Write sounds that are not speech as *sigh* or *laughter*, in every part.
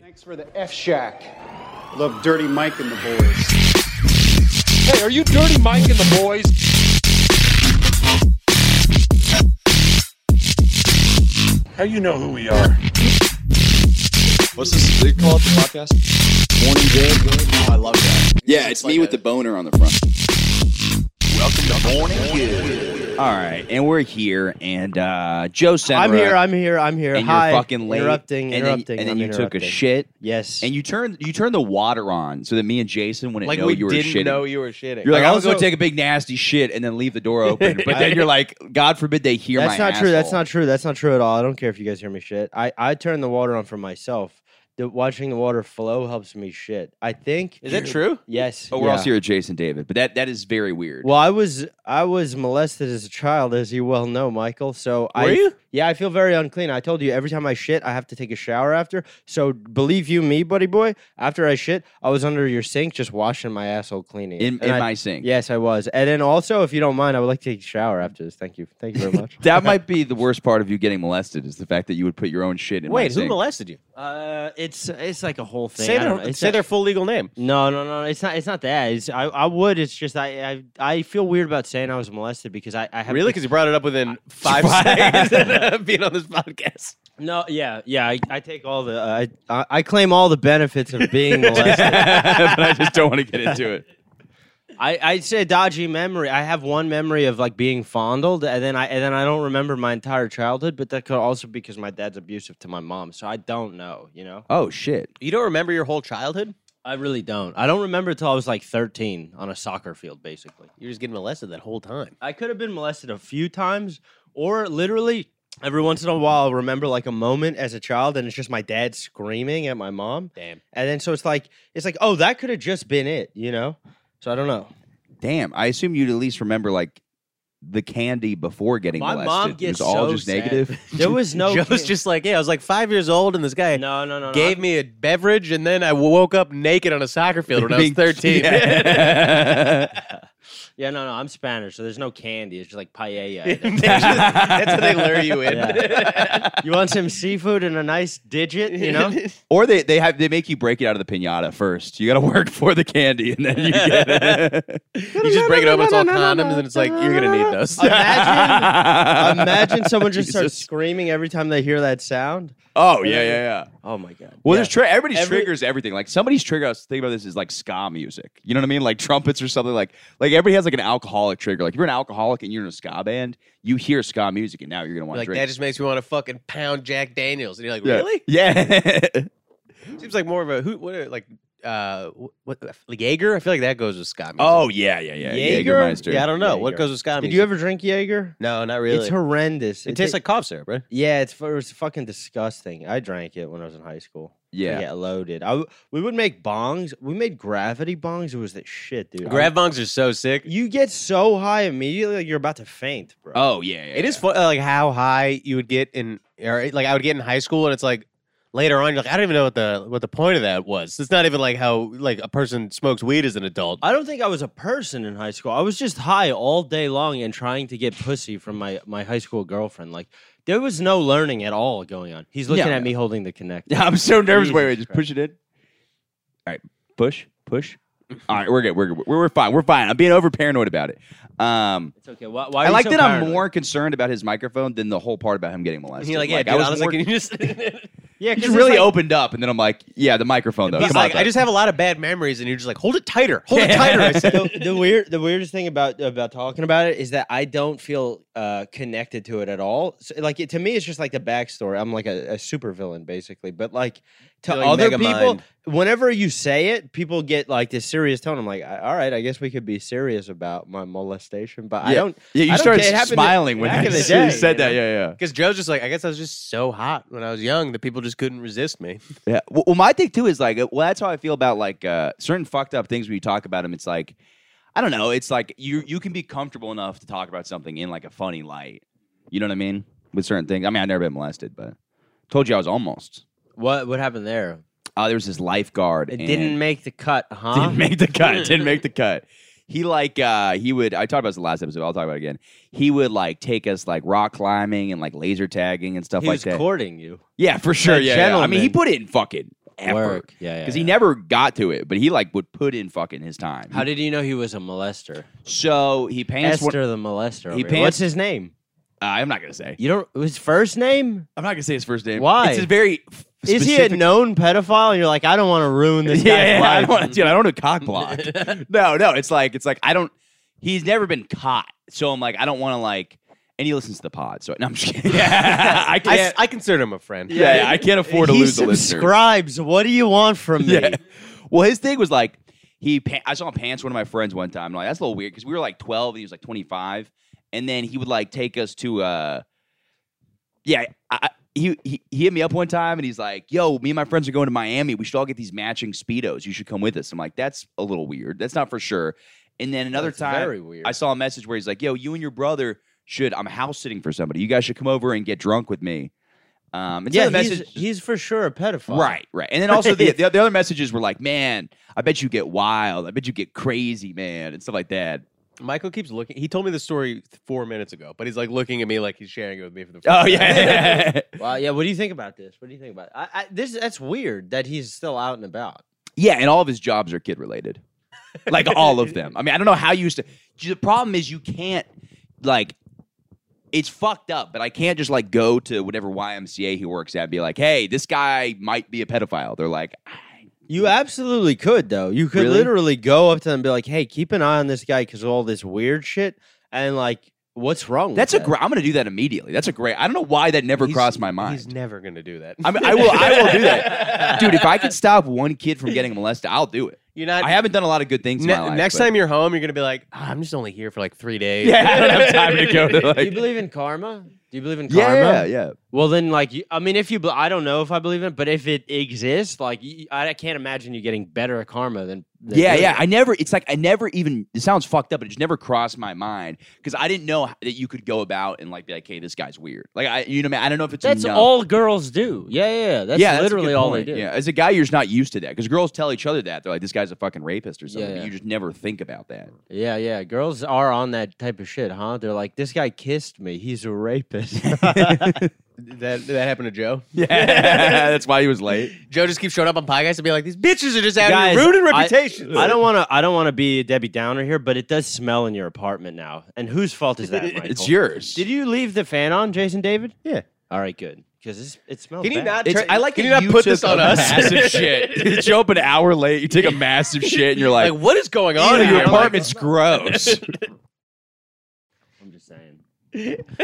Thanks for the F Shack. Love Dirty Mike and the boys. Hey, are you Dirty Mike and the boys? How you know who we are? What's this? They call it the podcast? Morning Good. I love that. Yeah, it's, me with the boner on the front. All right, and we're here, and uh, Joe Senra. I'm here. I'm here. I'm here. and Hi. you're fucking late. Interrupting. and interrupting. Then, and I'm then you took a interrupting. shit, Yes. and you turned you turned the water on so that me and Jason wouldn't like know we you were didn't shitting. know you were shitting. you're like, I I was also- gonna take a big nasty shit and then leave the door *laughs* open. But then you're like, God forbid they hear That's my not true. That's asshole. not true. That's not true at all. I don't care if you guys hear me shit. I I turn the water on for myself. The, watching the water flow helps me shit. I think. Is that true? Yes. Oh, we're yeah. also here with Jason David, but that that is very weird. Well, I was I was molested as a child, as you well know, Michael. So I Were you? yeah, I feel very unclean. I told you every time I shit, I have to take a shower after. So believe you me, buddy boy. After I shit, I was under your sink just washing my asshole cleaning. it. in And in I- my sink. yes, I was. And then also, if you don't mind, I would like to take a shower after this. Thank you. Thank you very *laughs* much. That might be the worst part of you getting molested is the fact that you would put your own shit in my Wait, who sink. *laughs* molested you? uh, it's it's like a whole thing. Say, I don't their, know. It's say a- their full legal name. No, no, no. It's not. It's not that. It's, I, I would. It's just I, I, I feel weird about saying I was molested because I, I have Really? Because you brought it up *laughs* within five seconds of *laughs* being on this podcast. No, yeah, yeah. I, I take all the. Uh, I- I I claim all the benefits of *laughs* being molested. but I just don't want to get into *laughs* it. I I say a dodgy memory. I have one memory of like being fondled, and then I and then I don't remember my entire childhood. But that could also be because my dad's abusive to my mom, so I don't know. You know, Oh shit! You don't remember your whole childhood? I really don't. I don't remember until I was like thirteen on a soccer field, basically. You're just getting molested that whole time. I could have been molested a few times, or literally every once in a while, I'll remember like a moment as a child, and it's just my dad screaming at my mom. Damn. And then so it's like it's like oh that could have just been it, you know. So I don't know. Damn, I assume you'd at least remember like the candy before getting My molested. mom it was gets all so just sad. *laughs* negative. There was no Joe's can- just like, yeah, I was like five years old, and this guy no no no no. gave me a beverage, and then I woke up naked on a soccer field when *laughs* I was Being- 13. *laughs* Yeah. yeah no no I'm Spanish so there's no candy. It's just *laughs* like paella. That's what they lure you in. *laughs* you want some seafood and a nice digit, *laughs* you know? or they they have they make you break it out of the pinata first. You got to work for the candy, and then you get it. You just break it open, it's all condoms, and it's like, *laughs* you're going to *laughs* need those. *laughs* Imagine imagine someone just starts Jesus. screaming every time they hear that sound. Oh yeah, yeah, yeah. Oh my god. Well, Yeah. there's tri- everybody's Every- triggers everything. Like somebody's trigger. I was thinking about this is like ska music. You know what I mean? Like trumpets or something. Like like everybody has like an alcoholic trigger. Like if you're an alcoholic and you're in a ska band, you hear ska music, and now you're gonna want to Like, drink. that just makes me want to fucking pound Jack Daniels. And you're like, yeah. really? Yeah. *laughs* Seems like more of a who? What? are- Like uh, wh- what? Like Jaeger? I feel like that goes with Scott. oh yeah, yeah, yeah. Jägermeister. Yeah, I don't know what Jaeger. goes with Scott. Did music? you ever drink Jaeger? No, not really. It's horrendous. it tastes like cough syrup, right? yeah, it's fu- it was fucking disgusting. I drank it when I was in high school. Yeah. I get loaded. I w- we would make bongs. We made gravity bongs. It was that shit, Oh. dude. I- Grav bongs are so sick. you get so high immediately, like you're about to faint, bro. Oh yeah, yeah. It is fun, like how high you would get in, or like I would get in high school, and it's like later on, you're like I don't even know what the what the point of that was. It's not even like how like a person smokes weed as an adult. I don't think I was a person in high school. I was just high all day long and trying to get pussy from my my high school girlfriend. Like there was no learning at all going on. He's looking Yeah. at me holding the connect. Yeah, *laughs* I'm so nervous. wait, wait, Jesus just push it in. All right, push, push. All right, we're good. We're good. We're, we're fine. We're fine. I'm being over paranoid about it. Um, It's okay. Why, why are I you like so that I'm paranoid? more concerned about his microphone than the whole part about him getting molested. *laughs* And you're like, yeah, I dude, was honestly, more- *laughs* can *laughs* you just? Yeah, he because just really opened up, and then I'm like, yeah, the microphone though. He's Come on, like, I son. just have a lot of bad memories, and you're just like, hold it tighter, hold it tighter. I said, the, the weird the weirdest thing about about talking about it is that I don't feel uh, connected to it at all. So, like it, to me, it's just like the backstory. I'm like a, a super villain basically, but like to You're like other people, Megamind. whenever you say it, people get like this serious tone. I'm like, "I- all right, I guess we could be serious about my molestation, but I Yeah. don't. yeah, you I don't started care. It happened to- smiling *laughs* when back you in the day, said you that. know? Yeah, yeah. Because Joe's just like, I guess I was just so hot when I was young that people just couldn't resist me. *laughs* Yeah. Well, well, my thing too is like, uh, well, that's how I feel about like uh, certain fucked up things when you talk about them. It's like, I don't know. It's like you you can be comfortable enough to talk about something in like a funny light. You know what I mean? With certain things. I mean, I've never been molested, but told you I was almost. What what happened there? Uh, there was this lifeguard. It and- didn't make the cut, huh? Didn't make the cut. *laughs* Didn't make the cut. He like uh he would I talked about this in the last episode, I'll talk about it again. He would like take us like rock climbing and like laser tagging and stuff he like was that. courting you. yeah, for sure. a Yeah, yeah. I mean he gentleman. put in fucking effort. Work. Yeah, yeah, Because he yeah. never got to it, but he like would put in fucking his time. How did you know he was a molester? so he pants one- Esther the molester. over here. pants- What's his name? Uh, I'm not gonna say. You don't his first name? I'm not gonna say his first name. Why? It's a very. f- Is he a specific- known pedophile? And you're like, I don't want to ruin *laughs* this yeah, yeah, guy's I life. don't want to, dude. I don't want to cock *laughs* block. no, no. It's like it's like I don't. He's never been caught, so I'm like I don't want to like. And he listens to the pod, so no, I'm just kidding. Yeah, *laughs* I I, can't. s- I consider him a friend. yeah, yeah, I can't afford to he lose the listener. subscribes. What do you want *laughs* from me? Yeah. Well, his thing was like he. Pa- I saw him pants one of my friends one time. and I'm like that's a little weird because we were like 12 and he was like 25, and then he would like take us to. uh Yeah, I, I- he, he he hit me up one time and he's like, "Yo, me and my friends are going to Miami. We should all get these matching speedos. You should come with us." I'm like, "That's a little weird. That's not for sure." And then another That's time, very weird. I saw a message where he's like, "Yo, you and your brother should. I'm house sitting for somebody. You guys should come over and get drunk with me." Um, and some yeah, of the he's, message, he's for sure a pedophile. Right, right. And then also *laughs* the, the the other messages were like, man, I bet you get wild. I bet you get crazy, man, and stuff like that. Michael keeps looking. He told me the story th- four minutes ago, but he's like looking at me like he's sharing it with me for the first Oh time. yeah. Well, yeah. What do you think about this? What do you think about I, I, this? That's weird that he's still out and about. *laughs* yeah, and all of his jobs are kid related. Like all of them. I mean, I don't know how you used to the problem is you can't like it's fucked up, but I can't just like go to whatever YMCA he works at and be like, hey, this guy might be a pedophile. They're like, "I- You absolutely could, though. You could Really? literally go up to them and be like, "Hey, keep an eye on this guy because of all this weird shit." And like, what's wrong? with that's a that? great I'm gonna do that immediately. That's a great I don't know why that never He's- crossed my mind. He's never going to do that. I, mean, I will. I will do *laughs* that, dude. If I could stop one kid from getting molested, I'll do it. You're not. I haven't done a lot of good things. Ne- in my life, next but- time you're home, you're going to be like, "Ah, I'm just only here for like three days. *laughs* yeah, *laughs* I don't have time to go to *laughs* Do you like. believe in karma? Do you believe in karma? Yeah, yeah. Well, then, like, you, I mean, if you, be- I don't know if I believe in it, but if it exists, like, you, I, I can't imagine you getting better at karma than. than Yeah, good. yeah. I never. It's like I never even. It sounds fucked up, but it just never crossed my mind because I didn't know that you could go about and like be like, "Hey, this guy's weird." Like I, you know, what I mean, I don't know if it's That's enough. all girls do. Yeah, yeah, yeah. That's yeah, that's a good literally all they point. do. Yeah, as a guy, you're just not used to that because girls tell each other that they're like, "This guy's a fucking rapist" or something. Yeah, but yeah. you just never think about *laughs* that. *laughs* yeah, yeah. Girls are on that type of shit, huh? They're like, this guy kissed me. He's a rapist. That that happened to Joe. Yeah, that's why he was late. Joe just keeps showing up on podcasts and be like, "These bitches are just out Guys, here ruining I- reputation." I, don't want to. I don't want to be a Debbie Downer here, but it does smell in your apartment now. And whose fault is that? *laughs* Michael? It's yours. Did you leave the fan on, Jason David? Yeah. All right, good. Because it smells. Can you bad. not? It's, turn- I like Can that you not you put took this on a us? Massive *laughs* shit. You show up an hour late. You take a massive shit, and you're like, Like, what is going "Oh, on? your here?" apartment's *laughs* gross." I'm just saying. *laughs*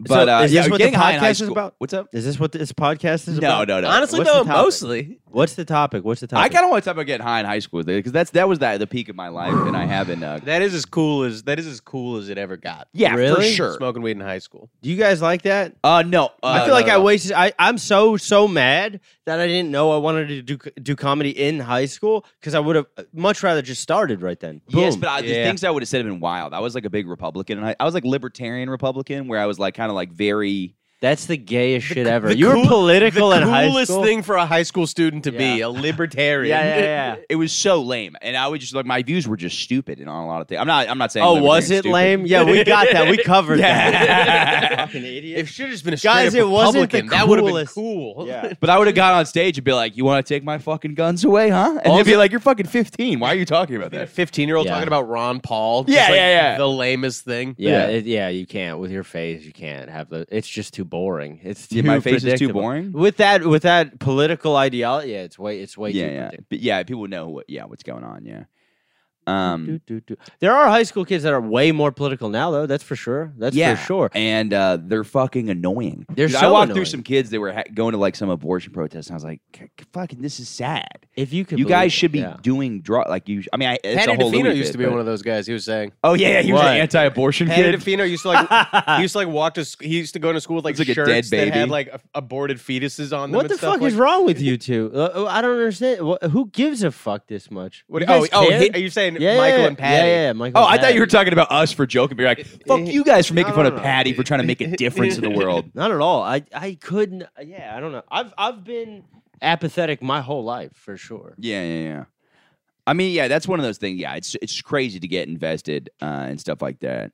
But uh, is yeah, this what the getting high in high podcast is school- about? What's up? Is this what this podcast is No, about? no, no. Honestly, What's the though, topic? mostly. What's the topic? What's the topic? I kind of want to talk about getting high in high school because that's that was that the peak of my life, and I haven't. Uh, That is as cool as that is as cool as it ever got. yeah, for Really? sure. Smoking weed in high school. Do you guys like that? Uh, no, uh, I feel no, like no, I no. wasted. I, I'm so so mad that I didn't know I wanted to do do comedy in high school because I would have uh, much rather just started right then. Yes, Boom. but I, the Yeah. things I would have said have been wild. I was like a big Republican, and I, I was like libertarian Republican, where I was like kind of like very. That's the gayest shit ever. the you were cool- political in high Coolest school. thing for a high school student to be Yeah. a libertarian. Yeah, yeah, yeah. It was so lame, and I would just like my views were just stupid and on a lot of things. I'm not. I'm not saying. oh, was libertarian's it stupid. lame? Yeah, we got *laughs* that. We covered Yeah. that. *laughs* Fucking idiot. It should have just been a straight Guys, up it wasn't the Republican. That would have been *laughs* coolest. cool. Yeah. But I would have got on stage and be like, "You want to take my fucking guns away, huh?" And they'd be like, "You're fucking 15. Why are you talking about A that?" 15 year old Yeah. talking about Ron Paul. Yeah, yeah, like, yeah. The lamest thing. Yeah, Yeah. it, yeah, you can't with your face. You can't have the. It's just too boring. It's *laughs* too Yeah, my face is too predictable. boring? with that with that political ideology. Yeah, it's way it's *laughs* way Yeah, too yeah, predictable. but yeah. People know what, yeah, what's going on. Yeah, um, Do, do, do. There are high school kids that are way more political now, though. That's for sure. That's yeah, for sure. And uh, they're fucking annoying. They're Dude, I so walked through annoying. some kids that were ha- going to like some abortion protest, and I was like, "C- "Fucking, this is sad. If you could, You guys should be Yeah. doing draw like you. sh- I mean, I, it's Patty a whole DeFino Louis used bit, to be but- one of those guys. He was saying. Oh yeah, yeah. He was What? an anti-abortion Patty kid. DeFino used to *laughs* like he used to like walk to sc- he used to go to school with like, It's like a shirts dead baby. that had like a- aborted fetuses on them. What and the stuff fuck like is wrong *laughs* with you two? Uh, oh, I don't understand. Wha- Who gives a fuck this much? What, You oh, guys oh, he, care? are you saying yeah, Michael yeah, and Patty? Yeah, yeah, Michael. Oh, and I thought you were Patty. talking about us for joking. But you're *laughs* like, fuck you guys for making fun of Patty for trying to make a difference in the world. Not at all. I I couldn't. Yeah, I don't know. I've I've been apathetic my whole life for sure. Yeah, yeah, yeah. I mean, yeah, that's one of those things. Yeah, it's it's crazy to get invested uh, and stuff like that.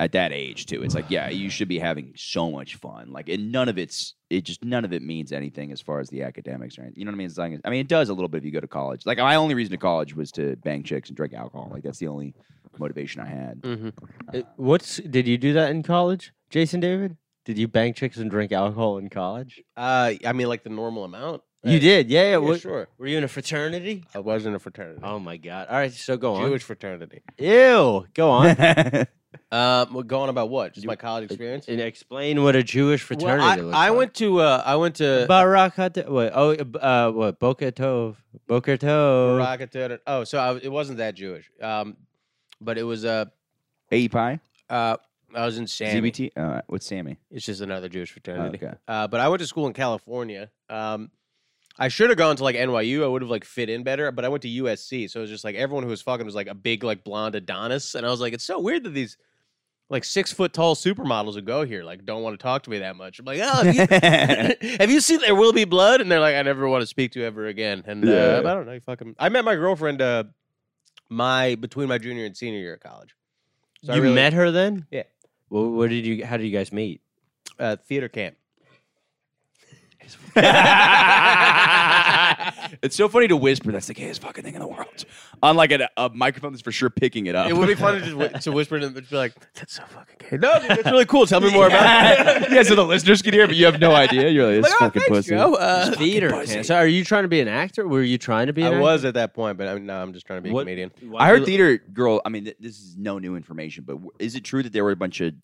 at that age too. It's like, yeah, you should be having so much fun. Like, and none of it's it just none of it means anything as far as the academics or anything. You know what I mean? It's like, I mean, it does a little bit if you go to college. Like, my only reason to college was to bang chicks and drink alcohol. Like, that's the only motivation I had. Uh, What's did you do that in college, Jason David? Did you bang chicks and drink alcohol in college? Uh, I mean, like the normal amount. You did, yeah, yeah. Yeah, Uh, what- sure. Were you in a fraternity? I was in a fraternity, Oh my god! All right, so go on. Jewish fraternity. Ew, *laughs* go on *laughs* Um, we're going about what? Just my college experience. and explain what a Jewish Well, fraternity I, looks I like. went to uh, I went to *laughs* Barak Hata- wait, oh, uh, b- uh, what? Boker Tov. Boker Tov. Baraka Theater- Oh, so I, it wasn't that Jewish. Um, but it was uh, AE Pi, uh, I was in Sammy. ZBT. Uh, what's Sammy? It's just another Jewish Oh, fraternity. okay. Uh, but I went to school in California. Um, I should have gone to like NYU. I would have like fit in better, but I went to USC. So it was just like everyone who was fucking was like a big like blonde Adonis, and I was like, it's so weird that these like six foot tall supermodels who go here like don't want to talk to me that much. I'm like, oh, have *laughs* you, *laughs* have you seen There Will Be Blood? And they're like, I never want to speak to you ever again. And Yeah. uh, I don't know, you fucking. I met my girlfriend uh, my between my junior and senior year of college. So I you really- met her then? Yeah. Well, what did you? How did you guys meet? uh, theater camp. *laughs* It's so funny to whisper. That's the gayest fucking thing in the world. On like a, a microphone that's for sure picking it up. It would *laughs* be fun to *laughs* just whi- to whisper to them, just be like, "That's so fucking gay." No, dude, that's really cool. Tell me *laughs* more about it. yeah, so the listeners can hear, but you have no idea. You're like, this Like, "Oh, fucking thanks, pussy. Joe. Uh, Theater. pussy. camp. So, are you trying to be an actor? Were you trying to be? An I actor? was at that point, but I'm, now I'm just trying to be a What- comedian. I heard theater girl. I mean, th- this is no new information, but w- is it true that there were a bunch of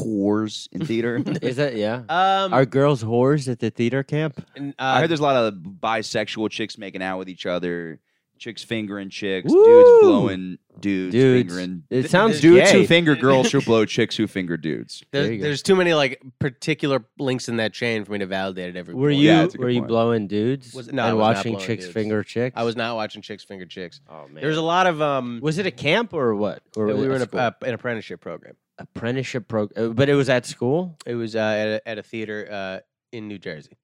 whores in *laughs* theater? Is that yeah? *laughs* Um, Are girls whores at the theater camp? and, I uh, heard there's a lot of bisexual chicks making out with each other, chicks fingering chicks, Woo! dudes blowing dudes, Dudes. fingering. It sounds dudes gay. who finger *laughs* girls who blow chicks who finger dudes. there you there's, go. there's too many like particular links in that chain for me to validate it every. Were point. you Yeah, that's a good were you point. blowing dudes Was- no, I and was not watching blowing chicks dudes. finger chicks? I was not watching chicks finger chicks. Oh man. There was a lot of um. was it a camp or what? Or we was it were in a, school? uh, an apprenticeship program. apprenticeship program, but it was at school. It was uh, at, a, at a theater uh, in New Jersey.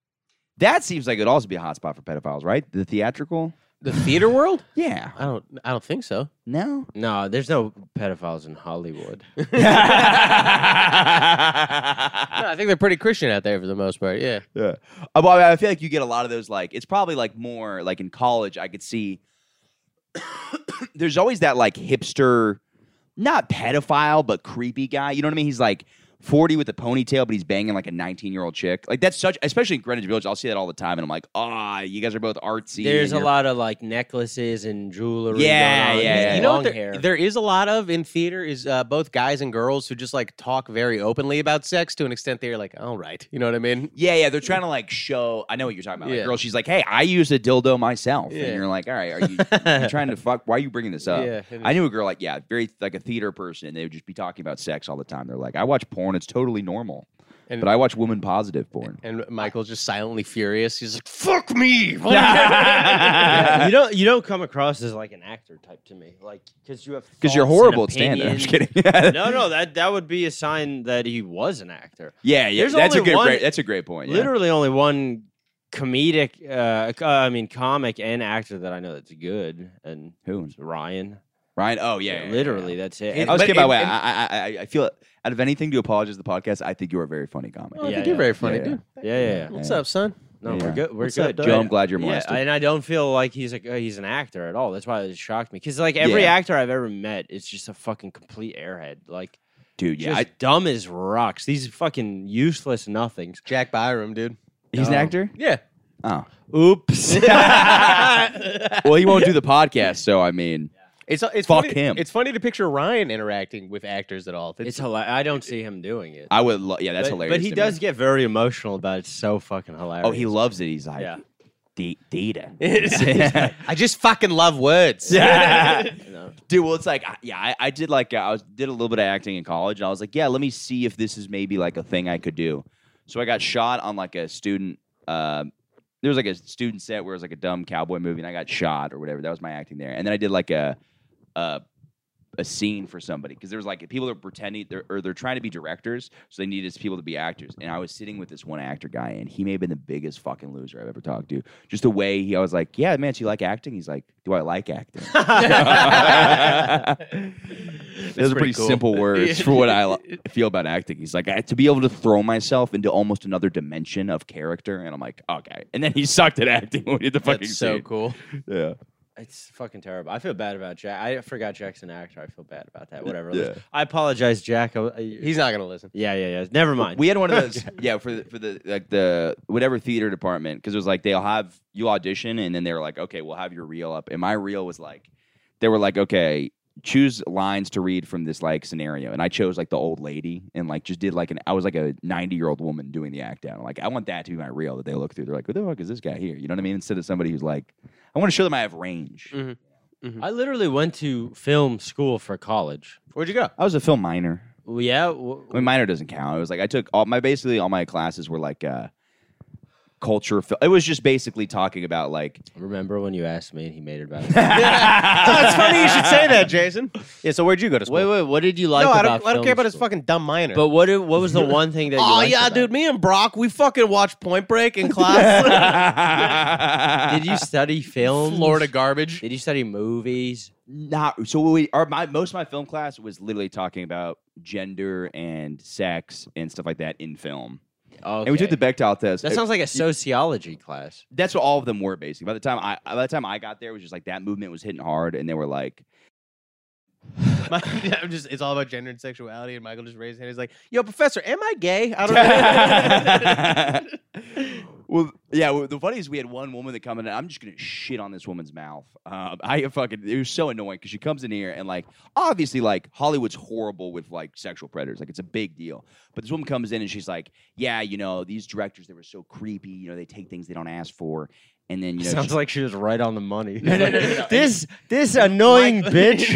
That seems like it'd also be a hot spot for pedophiles, right? The theatrical. The theater world? Yeah. I don't. I don't think so. *laughs* No. No, there's no pedophiles *laughs* in Hollywood. No, I think they're pretty Christian out there for the most part. Yeah. Yeah. Uh, Well, I feel like you get a lot of those. Like, it's probably like more like in college. I could see. *coughs* there's always that like hipster, not pedophile, but creepy guy. You know what I mean? He's like 40 with a ponytail, but he's banging like a 19 year old chick. Like that's such, especially in Greenwich Village. I'll see that all the time, and I'm like, ah, you guys are both artsy. There's and a you're- lot of like necklaces and jewelry. Yeah, going on. yeah, He's yeah. you know long what there- hair. there is a lot of in theater is uh, both guys and girls who just like talk very openly about sex to an extent they're like all right you know what i mean Yeah, yeah, they're trying to like show. I know what you're talking about. Like, Yeah. girl, she's like, "Hey, I used a dildo myself," Yeah. and you're like, "All right, are you, you trying to fuck? Why are you bringing this up?" Yeah, it I knew a girl like, yeah, very like a theater person, and they would just be talking about sex all the time. They're like, "I watch porn; it's totally normal," And- but I watch woman positive *laughs* porn. and michael's just silently furious he's like fuck me *laughs* Yeah, you don't you don't come across as like an actor type to me, like because you have Because you're thoughts horrible at stand and up. *laughs* I'm just opinions. kidding. yeah, no, no, that that would be a sign that he was an actor. *laughs* yeah. There's that's a only good. one- great, that's a great point. yeah. Literally, only one comedic, uh, co- I mean, comic and actor that I know that's good, and Who? it's Ryan. Ryan? Oh yeah. yeah, yeah, literally, yeah. that's it. It- And- I was But kidding. By the in- way, in- I, I, I, I feel out of anything to apologize to the podcast. I think you are a very funny comic. Oh, i Yeah, think yeah. you're very funny Yeah, yeah. dude yeah, yeah, yeah. what's Yeah. up son No, Yeah. we're good. We're What's up, good. dog? Joe, I'm glad you're molested. Yeah, and I don't feel like he's like uh, he's an actor at all. That's why it shocked me. Because like every Yeah. actor I've ever met is just a fucking complete airhead. Like Dude, yeah, just I- dumb as rocks. These fucking useless nothings. jack byram dude he's an actor. yeah Oh, Oops. well, he won't do the podcast, so I mean, *laughs* it's, it's Fuck funny, him. It's funny to picture Ryan interacting with actors at all. it's hilarious. I don't see him doing it. I would. Lo- yeah, that's but, hilarious. But he to me. does get very emotional about it. It's so fucking hilarious. Oh, he loves it. He's like, Yeah. "D- data. *laughs* *laughs* I just fucking love words. *laughs* No. Dude, well, it's like, I- yeah, I, I did like, uh, I was, did a little bit of acting in college, and I was like, yeah, let me see if this is maybe like a thing I could do. So I got shot on like a student. Uh, there was like a student set where it was like a dumb cowboy movie, and I got shot or whatever. That was my acting there, and then I did like a, a, a scene for somebody because there was like people that were pretending they're, or they're trying to be directors, so they needed people to be actors. And I was sitting with this one actor guy, and he may have been the biggest fucking loser I've ever talked to. Just the way he, I was like, yeah, man, do you like acting? He's like, do I like acting? Those are pretty pretty cool. simple words *laughs* for what I *laughs* li- feel about acting. He's like, I had to be able to throw myself into almost another dimension of character, and I'm like, okay. And then he sucked at acting when we did the fucking That's so scene. cool. Yeah, It's fucking terrible. I feel bad about Jack. I forgot Jack's an actor. I feel bad about that. Whatever. Yeah. I apologize, Jack. I- I- He's not gonna listen. yeah, yeah, yeah. Never mind. we had one of those. yeah, for the, for the like the whatever theater department because it was like they'll have you audition, and then they were like, okay, we'll have your reel up. And my reel was like, they were like, okay. Choose lines to read from this like scenario, and I chose like the old lady, and like just did like an I was like a ninety year old woman doing the act out. Like I want that to be my reel that they look through. They're like, who the fuck is this guy here? You know what I mean? Instead of somebody who's like, I want to show them I have range. I literally went to film school for college. Where'd you go? I was a film minor. Well, Yeah. w- I mean, minor doesn't count. It was like I took all my basically all my classes were like uh, culture. fil- It was just basically talking about like Remember when you asked me and he made it about? wait, That's funny you should say that, Jason. *laughs* Yeah. So where'd you go to school? wait. What did you like no, I about? don't. I don't film care about his school? fucking dumb minor. But what? did- What was *laughs* the one thing that? you oh liked yeah, about dude. it? Me and Brock, we fucking watched Point Break *laughs* in class. *laughs* Did you study film? Florida garbage. *laughs* Did you study movies? not so we our my most of my film class was literally talking about gender and sex and stuff like that in film. Okay. And we took the Bechdel test. That sounds like a sociology class. that's what all of them were basically. By the time I by the time I got there, it was just like that movement was hitting hard, and they were like, My- I'm just. It's all about gender and sexuality. And Michael just raised his hand. He's like, "Yo, professor, am I gay? *laughs* I *laughs* don't know." Well, yeah. Well, the funny is, we had one woman that come in. And I'm just gonna shit on this woman's mouth. Um, I fucking it was so annoying because she comes in here and like obviously like Hollywood's horrible with like sexual predators. Like it's a big deal. But this woman comes in and she's like, yeah, you know, these directors they were so creepy. You know, they take things they don't ask for, and then you know, Sounds she- like she was right on the money. no, no, no, no. This this annoying *laughs* bitch.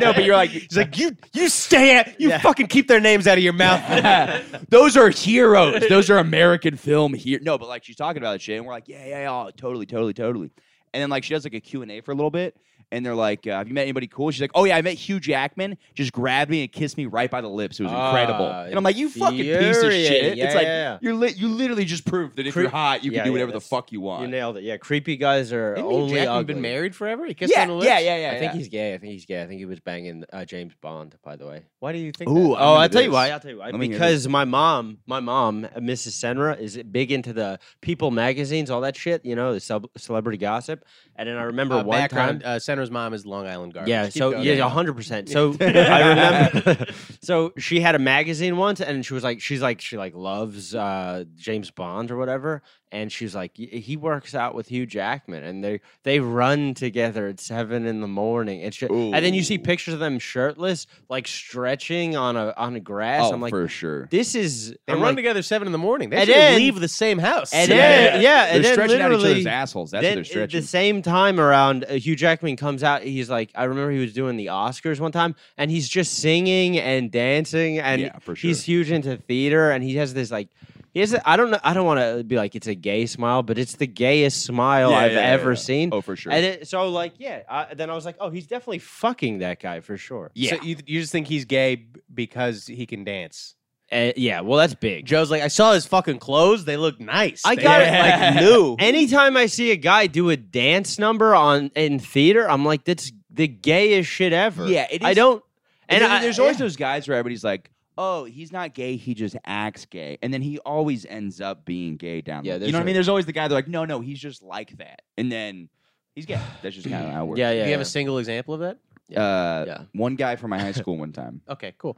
no, but you're like, He's like, "You, you stay at. You fucking keep their names out of your mouth." *laughs* those are heroes. Those are American film here. No, but like she's talking about that shit, and we're like, yeah, yeah, yeah, oh, totally, totally, totally. And then like she does like a Q and A for a little bit, and they're like, uh, have you met anybody cool? She's like, oh yeah, I met Hugh Jackman. Just grabbed me and kissed me right by the lips. It was incredible. Ah, And I'm like, you fucking piece of shit. infuriating. Yeah, it's like yeah, yeah. you're li- you literally just proved that if you're Creep- hot, you can Yeah, do yeah, whatever the that's- fuck *laughs* you want. You nailed it. Yeah, creepy guys are Didn't Hugh only Jackman ugly. been married forever? He kissed yeah, on the lips. yeah, yeah, yeah, I think yeah. he's gay. I think he's gay. I think he was banging uh, James Bond. By the way. Why do you think? Ooh, that? I Oh, I'll remember tell you this. why. I'll tell you why. Let me hear Because my mom, my mom, uh, Mrs. Senra, is big into the People magazines, all that shit. You know, the sub- celebrity gossip. And then I remember Uh, one time. background, uh, Senator's mom is Long Island garbage. Yeah, Keep so going. yeah, hundred *laughs* percent. So *laughs* I remember. so she had a magazine once, and she was like, she's like, she like loves uh, James Bond or whatever, and she's like, "Y- he works out with Hugh Jackman, and they they run together at seven in the morning. It's just, and then you see Ooh. pictures of them shirtless, like stretching on a on a grass. Oh, I'm like, for sure. this is. They I'm run like, together seven in the morning. They And should then- leave the same house. and then, yeah, They're and then stretching out each literally- other's assholes. That's what then they're at stretching. the same time around, uh, Hugh Jackman comes out. He's like, I remember he was doing the Oscars one time, and he's just singing and dancing, and Yeah, for he's sure. huge into theater, and he has this like. He has a, I don't know. I don't want to be like it's a gay smile, but it's the gayest smile Yeah, I've yeah, yeah, ever yeah. seen. Oh, for sure. And it, so, like, yeah. I, then I was like, oh, he's definitely fucking that guy for sure. So you, you just think he's gay b- because he can dance. Uh, yeah. Well, that's big. Joe's like, I saw his fucking clothes. They look nice. I They got look it, like *laughs* like, *laughs* new. Anytime I see a guy do a dance number on in theater, I'm like, that's the gayest shit ever. Yeah, it I is- don't. And, And I- there's always yeah. those guys where everybody's like, "Oh, he's not gay; he just acts gay," and then he always ends up being gay down. Yeah, Yeah, you there's know what I a- mean? There's always the guy they're like, "No, no, he's just like that," and then he's *sighs* gay. That's just kind of how it works. Yeah, yeah. Do you have a single example of that? yeah, Uh, yeah. One guy from my high school one *laughs* time. Okay, cool.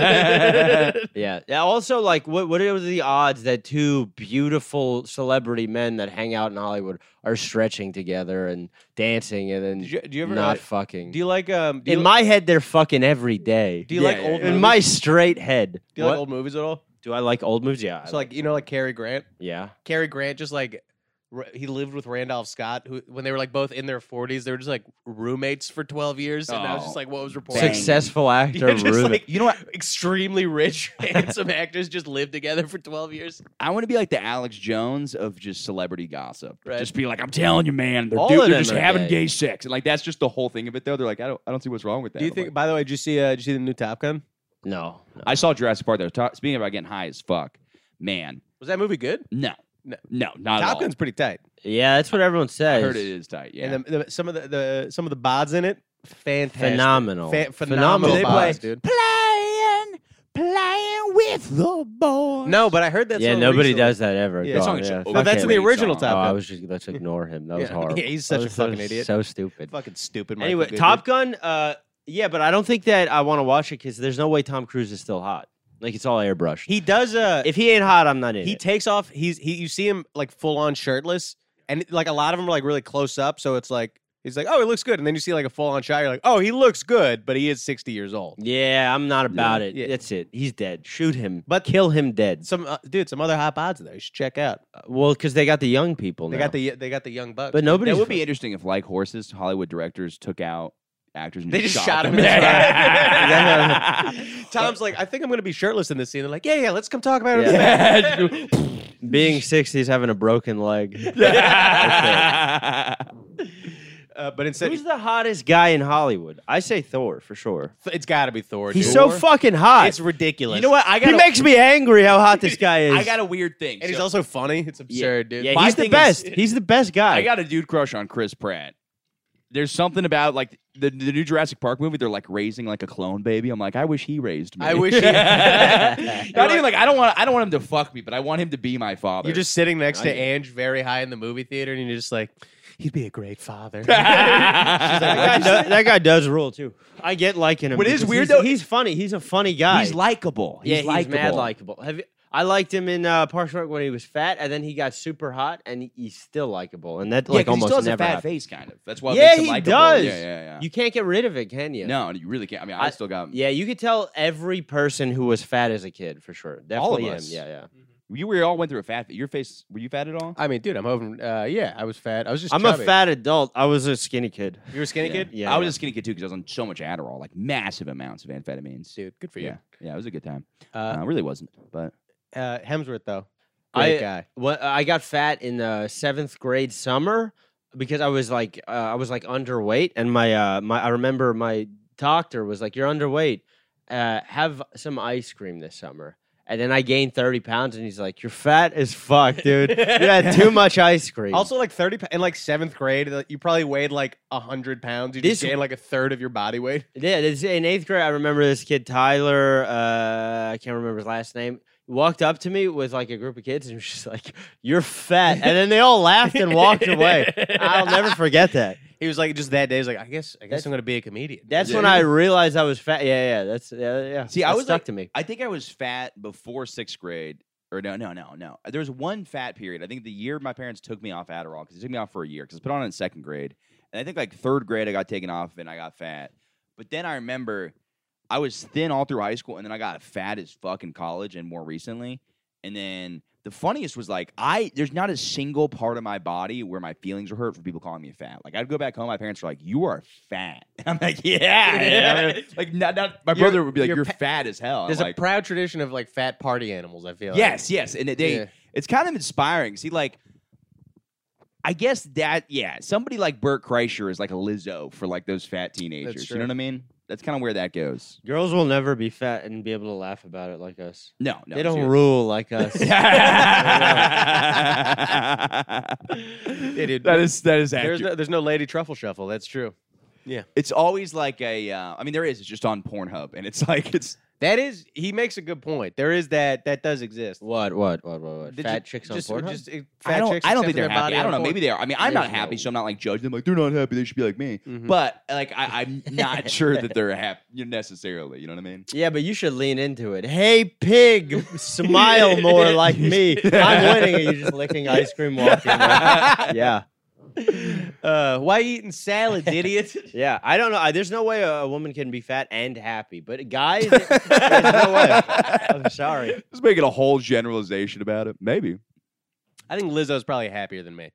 Yeah. yeah. Yeah, Also, like, what what are the odds that two beautiful celebrity men that hang out in Hollywood are stretching together and dancing and then Did you- do you ever, not uh, fucking? Do you like um? Do you, in my head, they're fucking every day. do you Yeah, like yeah, old? yeah. in movies? my straight head, do you like What? old movies at all? do I like old movies? Yeah, I So like you know like Cary Grant. yeah. Cary Grant just like r- he lived with Randolph Scott, who when they were like both in their forties, they were just like roommates for twelve years, and that was Oh. just like what was reported. Bang. *laughs* Successful actor, Yeah, just Ruben. like you know what? extremely rich, *laughs* handsome actors just lived together for twelve years. I want to be like the Alex Jones of just celebrity gossip. Right. Just be like, "I'm telling you, man, they're, All dude, of they're them just are having gay. gay sex," and like that's just the whole thing of it. Though they're like, "I don't, I don't see what's wrong with that." Do you I'm think? like, By the way, did you see? Uh, did you see the new Top Gun? no, no. I saw Jurassic Park. Though, Ta- speaking about getting high as fuck, man, Was that movie good? no, No. no, not at Top all. Gun's pretty tight, yeah, that's what everyone says. I heard it is tight. Yeah. and the, the, some of the, the some of the bods in it fantastic. Phenomenal. Fa- phenomenal Phenomenal They play- vibes, dude. Playing, playing with the boys. No, but I heard that yeah, song nobody recently. does that ever. Yeah. Go That song on, is yeah. so No, fuck that's it. in the original Oh, Top I Gun. was just let's ignore him. That was Yeah. *laughs* horrible. Yeah, he's such That a was so- fucking idiot. So stupid. Fucking stupid. Michael Anyway, Goodwin. Top Gun. Uh, yeah, but I don't think that I want to watch it because there's no way Tom Cruise is still hot. Like it's all airbrushed. He does a. if he ain't hot, I'm not in. he it. takes off. He's he. You see him like full on shirtless, and like a lot of them are like really close up. So it's like he's like, oh, he looks good, and then you see like a full on shot. You're like, oh, he looks good, but he is sixty years old. yeah, I'm not about it. Yeah. That's it. He's dead. Shoot him. But kill him dead. Some uh, dude, some other hot pods there. You should check out. well, because they got the young people. They now. got the they got the young bucks. But nobody's. That would be interesting if, like horses, Hollywood directors took out actors and They just shot him. them. *laughs* That's right. Tom's like, I think I'm gonna be shirtless in this scene. They're like, yeah, yeah, let's come talk about it. Yeah. *laughs* *laughs* Being 60 is having a broken leg. *laughs* Uh, but instead, Who's the hottest guy in Hollywood? I say Thor for sure. it's got to be Thor. He's dude. so fucking hot. It's ridiculous. You know what? I got. got. He makes me angry how hot this *laughs* guy *laughs* is. I got a weird thing. And he's So, also funny. It's absurd, dude. Yeah, My he's the thing best. is- he's the best guy. *laughs* I got a dude crush on Chris Pratt. There's something about like the, the new Jurassic Park movie. They're like raising like a clone baby. I'm like, I wish he raised me. I *laughs* wish. He- Not even like I don't want I don't want him to fuck me, but I want him to be my father. You're just sitting next to I- Ange very high in the movie theater, and you're just like, he'd be a great father. *laughs* that, guy does, that guy does rule too. I get liking him. What is because weird, he's, though- He's funny. He's a funny guy. he's likable. yeah, he's he's likable. mad likable. Have you, I liked him in uh, Parks and Rec when he was fat, and then he got super hot, and he- he's still likable. And that Yeah, like 'cause he almost still has never a fat happens. face, kind of. That's why. it Yeah, makes him he likable. does. Yeah, yeah, yeah. You can't get rid of it, can you? No, you really can't. I mean, I, I- still got. Yeah, you could tell every person who was fat as a kid for sure. Definitely All of him. us. Mm-hmm. Yeah, yeah. You were all went through a fat. Your face. Were you fat at all? I mean, dude, I'm over. Uh, yeah, I was fat. I was just. I'm chubby. a fat adult. I was a skinny kid. You were a skinny kid, Yeah, I was yeah. a skinny kid too because I was on so much Adderall, like massive amounts of amphetamines. dude. Good for yeah, you. yeah, it was a good time. Uh, Uh, it really wasn't, but uh, Hemsworth though, I- great guy. What I got fat in the seventh grade summer because I was like uh, I was like underweight, and my uh, my I remember my doctor was like, "You're underweight. Uh, have some ice cream this summer." And then I gained thirty pounds, and he's like, "You're fat as fuck, dude. you had *laughs* too much ice cream." Also, like thirty pa- in like seventh grade, like, you probably weighed like hundred pounds. You just This- gained like a third of your body weight. Yeah, this, in eighth grade, I remember this kid Tyler. Uh, I can't remember his last name. Walked up to me with like a group of kids and was just like, "You're fat," and then they all laughed and walked away. I'll never forget that. He was like, just that day, he's like, I guess, I guess That's- I'm gonna be a comedian. That's Yeah. when I realized I was fat. Yeah, yeah. That's yeah, yeah. See, I That was, stuck like- to me. I think I was fat before sixth grade. Or no, no, no, no. There was one fat period. I think the year my parents took me off Adderall because they took me off for a year because I put on in second grade, and I think like third grade I got taken off and I got fat. But then I remember I was thin all through high school, and then I got fat as fuck in college and more recently. And then the funniest was like I there's not a single part of my body where my feelings were hurt from people calling me fat. Like I'd go back home, my parents were like, "You are fat." *laughs* I'm like, "Yeah." Yeah. Like not, not my You're- brother would be like, you're "You're pa- fat as hell." I'm There's like- a proud tradition of like fat party animals. I feel. Like. Yes, yes, and it- they Yeah. it's kind of inspiring. See, like, I guess that yeah, somebody like Bert Kreischer is like a Lizzo for like those fat teenagers. You know true. what I mean? That's kind of where that goes. Girls will never be fat and be able to laugh about it like us. No, no, they don't *laughs* seriously. rule like us. Yeah, dude. that is that is There's accurate. no, there's no lady truffle shuffle. That's true. it's always like a. Uh, I mean, there is. It's just on Pornhub, and it's like it's That is, he makes a good point. There is that. That does exist. *laughs* what? What? What? What? What? Did you- fat chicks on just, Pornhub. Just, uh, fat I don't, chicks I don't accepting think they're their body happy. I on don't know. Pornhub. Maybe they are. I mean, I'm There's not happy, no- so I'm not like judging them. Like they're not happy. They should be like me. Mhm. But like, I, *laughs* I'm not sure that they're happy necessarily. You know what I mean? Yeah, but you should lean into it. Hey, pig, smile more like me. I'm winning, and you're just licking ice cream walking. away. yeah, Uh, why you eating *laughs* salads, idiot? yeah. I don't know. I, there's no way a woman can be fat and happy, but guys, there's no way. I'm *laughs* sorry. Just making a whole generalization about it. Maybe. I think Lizzo's probably happier than me.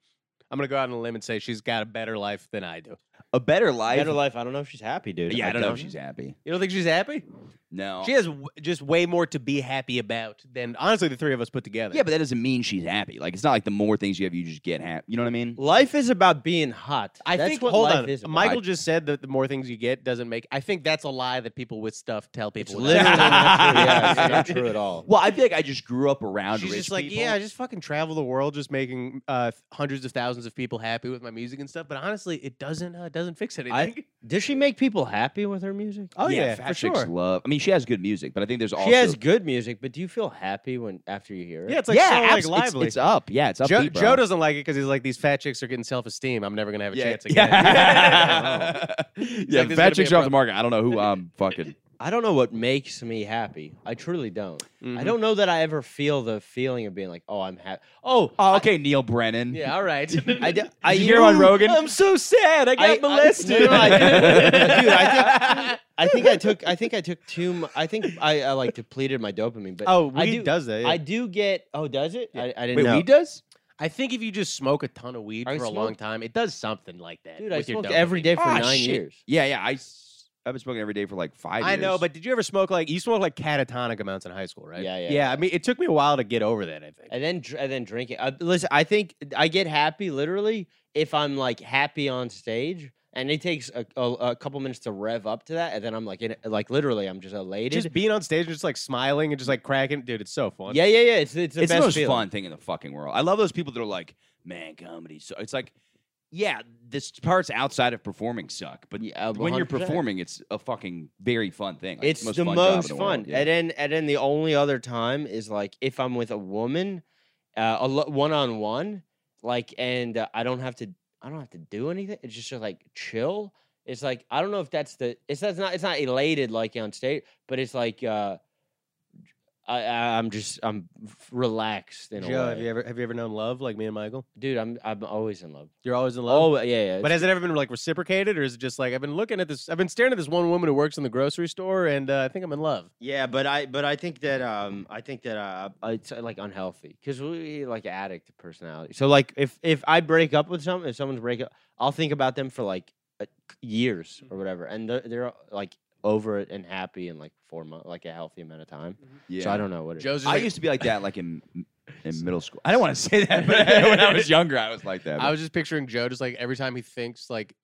I'm gonna go out on a limb and say she's got a better life than I do. A better life. Better life. I don't know if she's happy, dude. Yeah, I don't know if she's happy. You don't think she's happy? No. She has w- just way more to be happy about than honestly the three of us put together. yeah, but that doesn't mean she's happy. Like, it's not like the more things you have, you just get happy. You know what I mean? Life is about being hot. I That's think what hold life on. is. about. *laughs* Michael just said that the more things you get doesn't make. I think that's a lie that people with stuff tell it's people. literally *laughs* not that- true. Yeah, it's not *laughs* true at all. Well, I feel like I just grew up around She's rich just like, people. yeah, I just fucking travel the world, just making uh, hundreds of thousands of people happy with my music and stuff. But honestly, it doesn't uh, doesn't fix anything. I, Does she make people happy with her music? Oh yeah, Fat Chicks love. I mean, she has good music, but I think there's also She has good music, but do you feel happy when after you hear it? Yeah, it's like yeah, so like abs- it's, lively. it's up. Yeah, it's up. Joe, beat, bro. Joe doesn't like it because he's like these fat chicks are getting self esteem. I'm never gonna have a *laughs* chance *laughs* again. *laughs* Yeah, *laughs* yeah like, "This is gonna fat be chicks a are off the market. I don't know who I'm fucking. I don't know what makes me happy. I truly don't. I don't know that I ever feel the feeling of being like, oh, I'm happy. Oh, Oh, okay, Neil Brennan. yeah, all right. *laughs* I, d- I Did you hear on Rogan? I'm so sad. I got I- molested. no, no, *laughs* I didn't. Dude, I think, I think I took. I think I took too. mu- I think I, I like depleted my dopamine. But Oh, I weed do, does that. yeah. I do get. Oh, does it? I, I didn't Wait, know. weed does? I think if you just smoke a ton of weed I for a smoke- long time, it does something like that. Dude, I with your smoked every dopamine. day for Ah, nine shit. years. Yeah, yeah. I s- I've been smoking every day for like five. I years. know, but did you ever smoke like you smoked like catatonic amounts in high school, right? Yeah, yeah, Yeah, I mean, it took me a while to get over that. I think. and then dr- and then drinking. Uh, listen, I think I get happy literally if I'm like happy on stage, and it takes a, a, a couple minutes to rev up to that, and then I'm like, in, like literally, I'm just elated. Just being on stage and just like smiling and just like cracking, dude, it's so fun. yeah, yeah, yeah. It's it's the it's the best most feeling. fun thing in the fucking world. I love those people that are like, man, comedy. So it's like, yeah, this part's outside of performing suck, but Yeah, when you're 100%. performing, it's a fucking very fun thing. Like, It's the most the fun job in most the world, fun. yeah. And then and then the only other time is like if I'm with a woman, uh, a lo- one on one, like, and uh, I don't have to, I don't have to do anything. It's just, just like chill. It's like I don't know if that's the. It's that's not. It's not elated like on stage, but it's like. uh I, I, I'm just I'm f- relaxed in a Joe, way, have you ever have you ever known love like me and Michael? dude. I'm I'm always in love. You're always in love. Oh yeah, yeah. But it's- has it ever been like reciprocated, or is it just like I've been looking at this? I've been staring at this one woman who works in the grocery store, and uh, I think I'm in love. yeah, but I but I think that um I think that uh it's uh, like unhealthy because we like addict personality. So like if if I break up with someone, if someone's break up, I'll think about them for like uh, years or whatever, and they're, they're like over it and happy in like four months, like a healthy amount of time. yeah. So I don't know what it is. Joe's just I like- used to be like that, like in in middle school. I don't want to say that, but *laughs* when *laughs* I was younger, I was like that. I but- was just picturing Joe just like every time he thinks like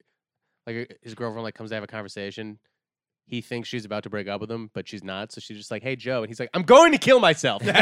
like uh, his girlfriend like comes to have a conversation, he thinks she's about to break up with him, but she's not. So she's just like, "Hey Joe," and he's like, "I'm going to kill myself." *laughs* *laughs* Just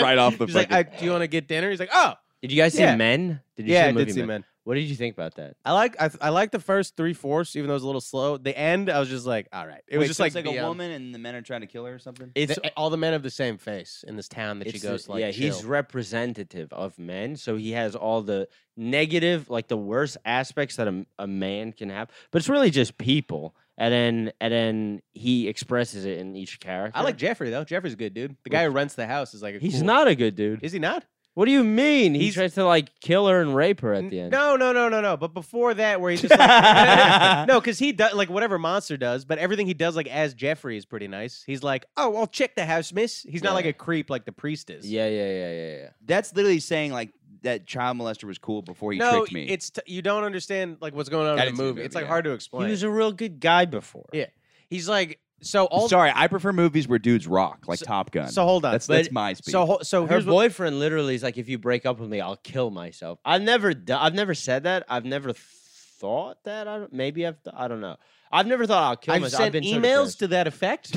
right off the She's like, I, fucking- "Do you want to get dinner?" He's like, "Oh, Did you guys see Yeah. Men? Did you yeah, see I the movie did see Men? man. What did you think about that? I like I, th- I like the first three fourths, even though it's a little slow. The end, I was just like, "Ah." "All right." It was Wait, just so it's like, a beyond- woman and the um, men are trying to kill her or something. It's all the eh men have the same face in this town that she It's the- goes to, like. yeah, he's chill. representative of men, so he has all the negative, like the worst aspects that a, a man can have. But it's really just people, and then and then he expresses it in each character. I like Jeffrey though. Jeffrey's a good dude. The guy who rents the house is like a He's cool- not a good dude. Is he not? What do you mean? He He's- tries to like kill her and rape her at N- the end. No, no, no, no, no. But before that, where he's just like, *laughs* no, because he does like whatever monster does, but everything he does like as Jeffrey is pretty nice. He's like, oh, I'll check the house, miss. He's not Yeah. like a creep like the priest is. Yeah, yeah, yeah, yeah, yeah. That's literally saying like that child molester was cool before he no, tricked me. it's t- you don't understand like what's going on I in didn't see the the movie. movie, It's like yeah. hard to explain. He was a real good guy before. Yeah. he's like, so all Sorry, I prefer movies where dudes rock, like Top Gun. so hold on. that's But- that's my speed. so ho- so Her here's what, boyfriend literally is like, if you break up with me, I'll kill myself. I've never, do- I've never said that. I've never thought that. I don't, maybe I've, th- I don't know. I've never thought I'll kill I've myself. sent been so emails depressed. to that effect. *laughs*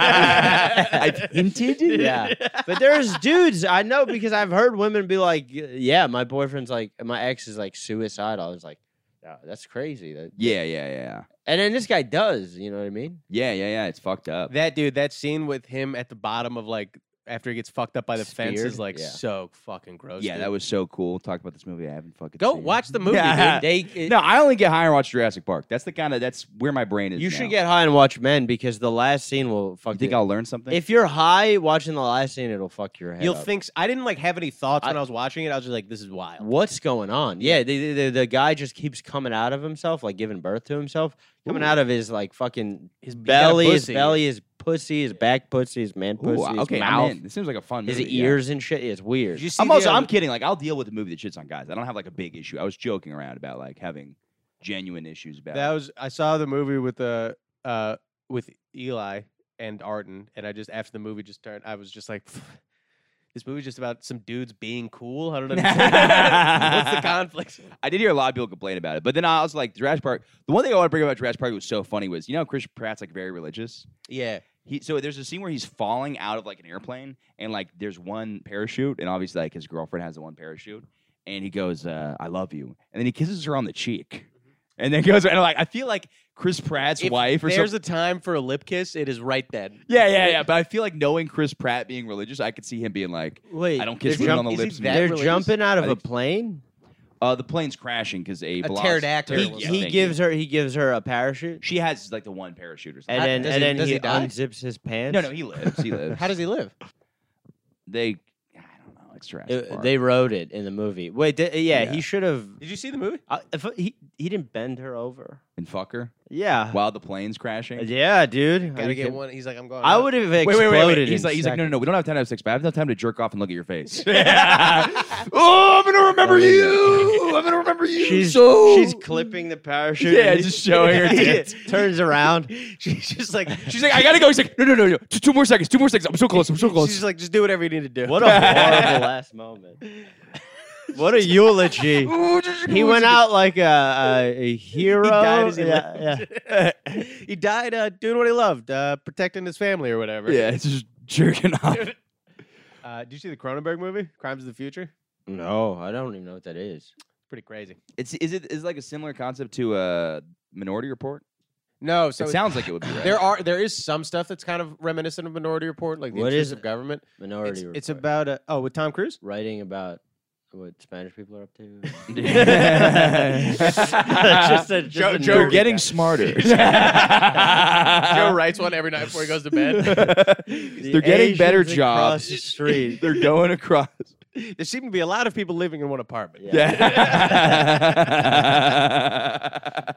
I've hinted. yeah, but there's dudes I know because I've heard women be like, yeah, my boyfriend's like, my ex is like suicidal. I was like, yeah, that's crazy. That, Yeah, yeah, yeah, and then this guy does. You know what I mean? yeah, yeah, yeah. It's fucked up. That dude, that scene with him at the bottom of like after he gets fucked up by the fence Speared? is like Yeah. so fucking gross. yeah, dude. that was so cool. Talked about this movie. I haven't fucking Go seen. watch *laughs* the movie, Yeah. dude. They, it- No, I only get high and watch Jurassic Park. That's the kind of that's where my brain is. you now. should get high and watch Men because the last scene will fuck. You think it- I'll learn something? if you're high watching the last scene, it'll fuck your head. You'll up. think s- I didn't like have any thoughts when I was watching it. I was just like, this is wild. what's going on? Yeah, the, the, the, the guy just keeps coming out of himself, like giving birth to himself, coming out of his like fucking his got a belly, his pussy. belly, his pussy, his back pussy, his man Ooh, pussy, his okay, mouth, I'm in. This seems like a fun his movie. yeah. ears and shit. It's weird. Did you see I'm the, also uh, I'm kidding. Like I'll deal with a movie that shits on guys. I don't have like a big issue. I was joking around about like having genuine issues about. that was I saw the movie with uh, uh with Eli and Arden, and I just after the movie just turned. I was just like, this movie's just about some dudes being cool. *laughs* I don't understand. *laughs* What's the conflict? I did hear a lot of people complain about it, but then I was like, Jurassic Park. The one thing I want to bring up about Jurassic Park that was so funny was you know how Chris Pratt's like very religious. Yeah, He so there's a scene where he's falling out of like an airplane, and like there's one parachute, and obviously like his girlfriend has the one parachute, and he goes, uh, "I love you," and then he kisses her on the cheek. and then goes and I'm like I feel like Chris Pratt's Mm-hmm. If wife or there's something. a time for a lip kiss, it is right then. yeah, yeah, yeah. But I feel like knowing Chris Pratt being religious, I could see him being like, Wait, I don't kiss they're women on the jump- lips. is he that man. They're religious? jumping out of I a think- plane. Uh, the plane's crashing because a, A block- *laughs* pterodactyl. He, Terrible he Thank gives her he gives her a parachute, She has like the one parachute or something. and How- then does and he- then does he, he die? unzips his pants. no, no, he lives. He lives. How does he live? they? I don't know. It's Jurassic It- Park. they wrote it in the movie. Wait, di- yeah, Yeah. he should have. Did you see the movie? I- if uh, he he didn't bend her over. and fuck her Yeah. while the plane's crashing. Yeah, dude. Are Gotta you get kidding? one. He's like, I'm going. I out. *laughs* would *laughs* have Wait, exploded. wait, wait, wait. He's in like, he's like, no, seconds. no, no. We don't have time to have sex, but I have enough time to jerk off and look at your face. *laughs* oh, I'm gonna remember you. I'm gonna remember you. She's so- she's clipping the parachute. Yeah, and he- just *laughs* showing her tits. turns around. She's just like, *laughs* She's like, I gotta go. He's like, no, no, no, no. Two, two more seconds. Two more seconds. I'm so close. I'm so close. She's like, just do whatever you need to do. what *laughs* a horrible last moment. What a *laughs* eulogy. Ooh, just- He went out like a, a, *laughs* a hero. He died as he yeah, yeah. left. *laughs* he died uh, doing what he loved, uh, protecting his family or whatever. Yeah, it's just jerking *laughs* off. Uh, did you see the Cronenberg movie, Crimes of the Future? No, I don't even know what that is. Pretty crazy. It's is it is it like a similar concept to a uh, Minority Report? No, so it it- sounds like it would be. Right. there are there is some stuff that's kind of reminiscent of Minority Report, like the What interest is of it? government. Minority. It's, it's Report. about a, oh with Tom Cruise. writing about what Spanish people are up to. *laughs* Just a, Joe- a Joe You're nerd. getting smarter. *laughs* Joe *laughs* Joe writes one every night before he goes to bed. The They're getting better Asians jobs. across the *laughs* street. They're going *laughs* across. *laughs* there seem to be a lot of people living in one apartment. Yeah.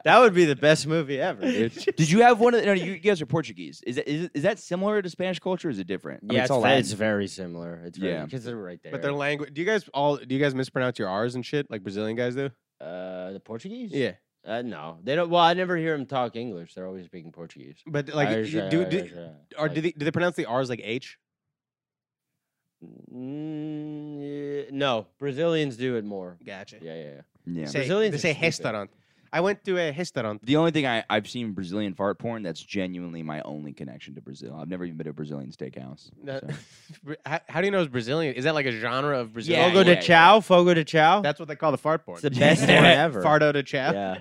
That would be the best movie ever, dude. Did you have one of the, no? You guys are Portuguese. Is that is, it- is that similar to Spanish culture? or Is it different? I mean, yeah, it's, all ve- Latin. it's very similar. It's very, Yeah. because they're right there. But their language. Do you guys all do you guys mispronounce your R's and shit like Brazilian guys do? uh, the Portuguese. Uh, no, they don't. Well, I never hear them talk English. They're always speaking Portuguese. but like Irish, you- uh, do, do, Irish, uh, or like- do they do they pronounce the R's like H? Mm, yeah, no, Brazilians do it more. Gotcha. Yeah, yeah. yeah. Yeah. Say, Brazilians they are say stupid. restaurant. I went to a restaurant. The only thing I, I've seen Brazilian fart porn, that's genuinely my only connection to Brazil. I've never even been to a Brazilian steakhouse. No- so. Bra- *laughs* how, how do you know it's Brazilian? Is that like a genre of Brazil? Yeah, Fogo de yeah. Chao, Fogo de Chao. That's what they call the fart porn. it's the best one ever. Fardo de chow. Yeah.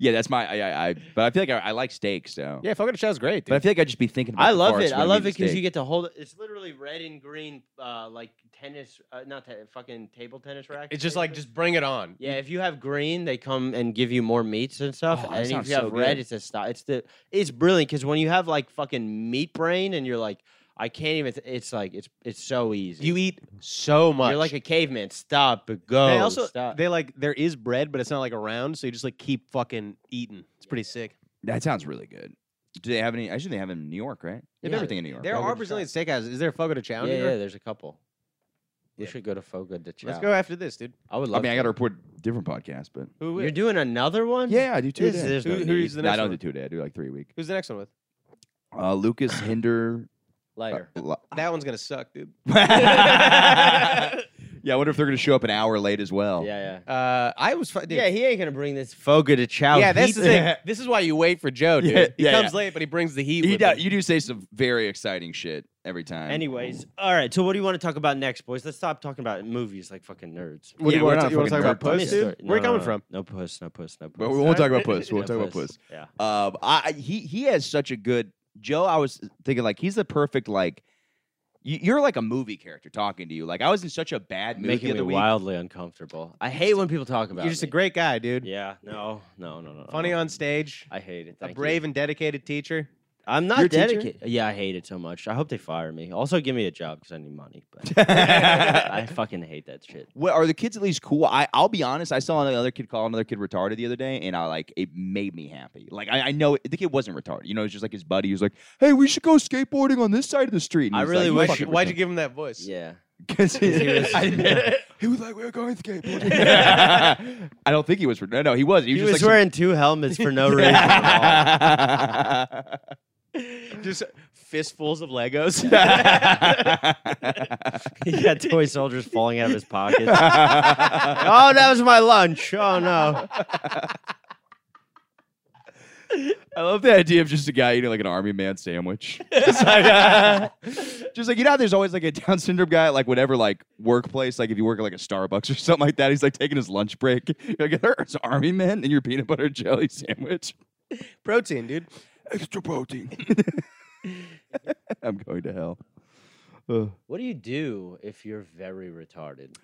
Yeah, that's my. I, I, I But I feel like I, I like steak, so. yeah, Fogo de chow's great. But I Dude. feel like I'd just be thinking about I the love farts it. when I I'm love it eating because you steak. get to hold it. It's literally red and green, uh, like tennis, uh, not ten, fucking table tennis racket. It's just like basically. just bring it on. Yeah, if you have green, they come and give you more meats and stuff. Oh, that and if sounds you have so red, good. it's a style. It's the it's brilliant because when you have like fucking meat brain and you're like, I can't even. th- It's like it's it's so easy. You eat so much. You're like a caveman. Stop, but go. they also stop. they like there is bread, but it's not like around, so you just like keep fucking eating. It's pretty sick. That sounds really good. Do they have any? I should they have it in New York, right? They have Yeah, everything in New York. There right? are Brazilian steakhouses. Is there a Fogo de Chao? yeah, in New yeah, York? There's a couple. We Yeah. should go to Fogo de Chao. Let's go after this, dude. I would I love. mean, I to. got to report different podcasts, but Who, You're doing another one? yeah, I do two a This- day. there's Who- no who's need. the No, next I don't do one? two a day. I do like three a week. Who's the next one *laughs* with? Uh, Lucas Hinder. uh, Later. That one's gonna suck, *laughs* dude. yeah, I wonder if they're going to show up an hour late as well. Yeah, yeah. Uh, I was. fu- Dude, Yeah, he ain't gonna bring this Fogo de Chao. Oh, *laughs* yeah, that's the pizza. thing. This is why you wait for Joe, dude. Yeah, he yeah, comes yeah. late, but he brings the heat. You with do, him. you do say some very exciting shit every time. *laughs* Anyways, all right. So, what do you want to talk about next, boys? Let's stop talking about movies like fucking nerds. What do Yeah, you we're not want to a you wanna talk fucking nerd about? Puss, podcast. dude? Where you No, coming no, from? No no puss, no puss, no puss. But we won't talk *laughs* about puss. We won't No talk about puss. Yeah. Um, I I- he he has such a good Joe. I was thinking like he's the perfect like. you- You're like a movie character talking to you. Like I was in such a bad mood the Making me other week. wildly uncomfortable. I hate when people talk about You're just a me. great guy, dude. Yeah. No, no, no, no. no, Funny no. on stage, I hate it. a Thank you. brave and dedicated teacher. I'm Your not teacher? dedicated. Yeah, I hate it so much. I hope they fire me. Also, give me a job because I need money. But *laughs* *laughs* I fucking hate that shit. What, are the kids at least cool? I I'll be honest. I saw another kid call another kid retarded the other day, and I like it made me happy. Like I, I know the kid wasn't retarded. You know, it's just like his buddy who's like, "Hey, we should go skateboarding on this side of the street." And I he's really like, wish- Why'd you, why'd you give him that voice? Yeah. because he, he was- *laughs* I *laughs* didn't- he was like, "We "We're going skateboarding." *laughs* I don't think he was. No, no, he was. He He was, was just like, wearing two helmets *laughs* for no reason at all. at all. *laughs* Just fistfuls of Legos. He *laughs* got toy soldiers falling out of *laughs* his pockets. oh, that was my lunch. Oh no. I love the idea of just a guy eating like an army man sandwich. *laughs* Just like, *laughs* just like, you know, how there's always like a Down syndrome guy at like whatever like workplace. Like if you work at like a Starbucks or something like that, he's like taking his lunch break. You're like there's army men in your peanut butter and jelly sandwich. *laughs* *laughs* Protein, dude. Extra protein. *laughs* I'm going to hell. Ugh. What do you do if you're very retarded?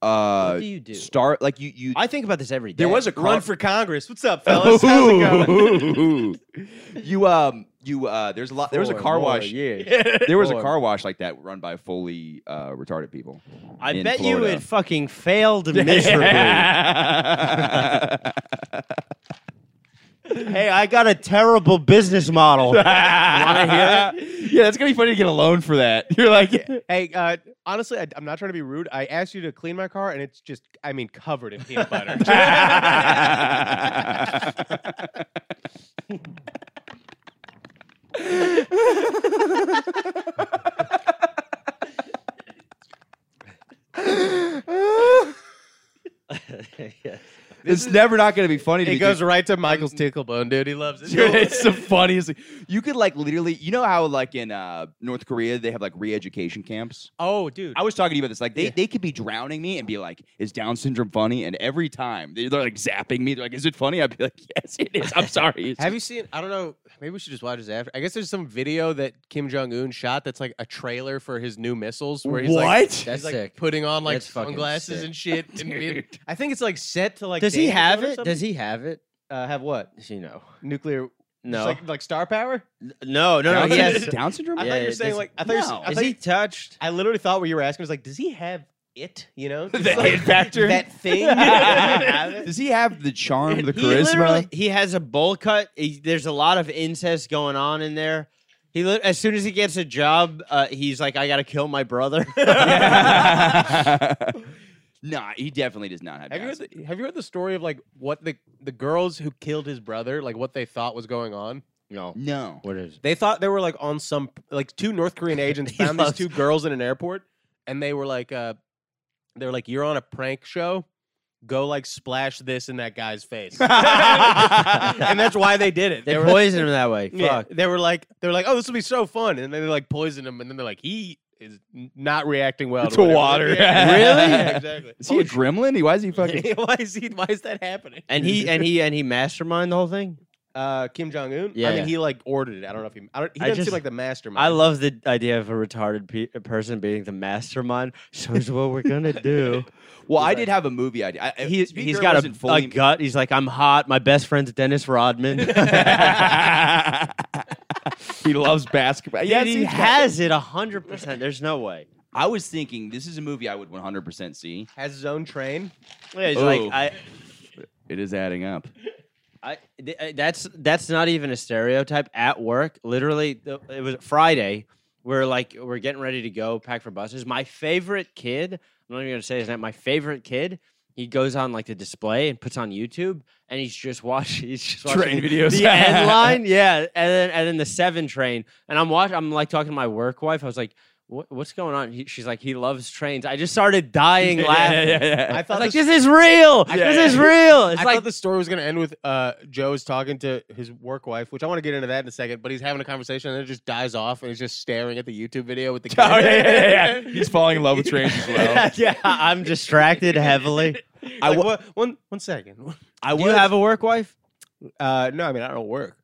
Uh, what do you do? Start like you you I think about this every day. there was a Run car- for Congress. What's *laughs* up, fellas? How's it going? *laughs* you um you uh there's a lot there was a Four car more wash years. there was a Four. car wash like that run by fully uh retarded *laughs* people I in bet you Florida. it fucking failed miserably. Hey, I got a terrible *laughs* business *laughs* model. yeah, that's gonna be funny to get a loan for that. *laughs* *laughs* You're like, Hey, uh, honestly, I, I'm not trying to be rude. I asked you to clean my car, and it's just, I mean, covered in peanut butter. it's never not gonna be funny to it me. goes right to Michael's tickle bone, dude. He loves it. Dude, it's *laughs* the funniest. thing. You could like literally, you know how like in uh, North Korea they have like re-education camps. oh, dude. I was talking to you about this. Like they, they could be drowning me and be like, "Is Down syndrome funny?" And every time they- they're like zapping me, they're like, "Is it funny?" I'd be like, "Yes, it is." I'm sorry. It's- Have you seen? I don't know. Maybe we should just watch this after. I guess there's some video that Kim Jong Un shot that's like a trailer for his new missiles, where he's like, What? he's, That's like, sick. putting on like That's fucking sunglasses sick. and shit. *laughs* And being- I think it's like set to like. Does he Danger have Zone or it? Does something. he have it? uh, have what? Does he know? Nuclear? just No. like, like star power? no, no, *laughs* no. Down, He syndrome- has. Down syndrome. I Yeah, thought you were it saying does- like I thought. you were s- No. I Is thought- he touched? I literally thought what you were asking was like, does he have it? You know, Just, The like, *laughs* it factor? that thing. *laughs* Does he have the charm, *laughs* the he charisma? literally- He has a bowl cut. He, there's a lot of incest going on in there. He lit- as soon as he gets a job, uh, he's like, I gotta kill my *laughs* brother. *laughs* nah, he definitely does not have. Have you Down heard the, have you heard the story of like what the the girls who killed his brother like what they thought was going on? no. syndrome. no. What is? They thought they were like on some like two North *laughs* Korean agents He found these loves- two girls in an airport, and they were like, uh, they were like, "You're on a prank show, go like splash this in that guy's *laughs* face," and that's why they did it. They were poisoned him *laughs* that way. yeah, Fuck. they were like, they were like, "Oh, this will be so fun," and then they like poisoned him, and then they're like, "He is n- not reacting well To whatever." water. *laughs* Yeah. Really? Yeah, *laughs* exactly. Is he a gremlin? He- Why is *laughs* he fucking? why is he? Why is that happening? And he and he and he masterminded the whole thing. Uh, Kim Jong Un. Yeah, I mean, yeah. he like ordered it. I don't know if he. I don't, he I doesn't just- seem like the mastermind. I love the idea of a retarded pe- a person being the mastermind. So is what we're gonna *laughs* do. Well, I did have a movie idea. I, I- He, Speed he's Girl got a, wasn't fully a gut. He's like, I'm hot. My best friend's Dennis Rodman. *laughs* he loves basketball. Dude, yes, he has it hundred percent. There's no way. I was thinking this is a movie I would 100% see. has his own train. Yeah, he's Ooh. like I, It is adding up. I, th- uh, that's that's not even a stereotype. At work, literally, the- it was Friday. We're like we're getting ready to go pack for buses. My favorite kid, I'm not even gonna say his name. My favorite kid, he goes on like the display and puts on YouTube, and he's just watching. *laughs* He's just watching Train videos. *laughs* The end line, yeah, and then and then the seven train. And I'm watching. I'm like talking to my work wife. I was like, "What- "What's going on?" He, she's like, "He loves trains." I just *laughs* started dying laughing. I I thought was like, this, "This is real. Yeah, this yeah, is yeah. real." It's I like thought the story was going to end with uh, Joe's talking to his work wife, which I want to get into that in a second. But he's having a conversation, and then it just dies off, and he's just staring at the YouTube video with the. Kid. Oh, yeah, yeah, yeah, yeah. He's falling in love with trains as well. *laughs* yeah, I'm distracted *laughs* heavily. I I *laughs* like, wa- what, one one second. *laughs* I Do you have a work wife? Uh, no, I mean I don't work.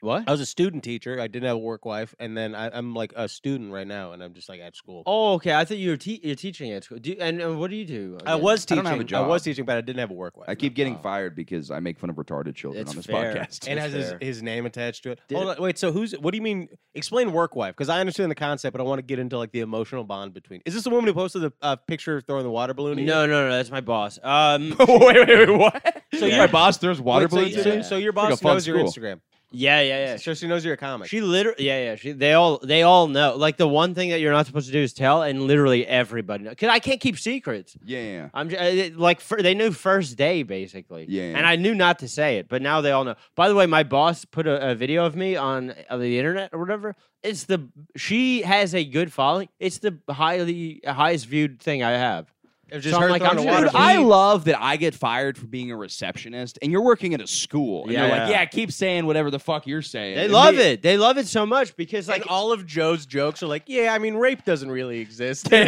What? I was a student teacher. I didn't have a work wife, and then I, I'm like a student right now, and I'm just like at school. Oh, okay. I thought you were te- you're teaching at school. Do you, and, and what do you do? I was I teaching. don't have a I was job. teaching, but I didn't have a work *laughs* wife. I keep getting fired because I make fun of retarded children It's on this fair. *laughs* podcast. and That's has his, fair. his name attached to it. Did- Hold on, wait. So who's? What do you mean? Explain work wife because I understand the concept, but I want to get into like the emotional bond between. Is this the woman who posted the uh, picture throwing the water balloon? at you? *laughs* No, no, no. That's my boss. *laughs* Um, wait, wait, wait, what? So So you- my boss throws Wait, water so, balloons you- at so, me? so your like a boss fun knows your school. Instagram. yeah, yeah, yeah. So she knows you're a comic. She literally, yeah, yeah. She, they all, they all know. Like the one thing that you're not supposed to do is tell, and literally everybody knows. Cause I can't keep secrets. Yeah, yeah, yeah. I'm just, like fir- they knew first day basically. Yeah, yeah. And I knew not to say it, but now they all know. By the way, my boss put a, a video of me on, uh the internet or whatever. It's the she has a good following. It's the highly highest viewed thing I have. I've just So I'm heard like, throwing I'm a just- water Dude, Dude, I balloon. love that I get fired for being a receptionist, and you're working at a school. And Yeah. they're like, Yeah. yeah, keep saying whatever the fuck you're saying. They And love me- it. They love it so much because like like *laughs* all of Joe's jokes are like, yeah, I mean, rape doesn't really exist. I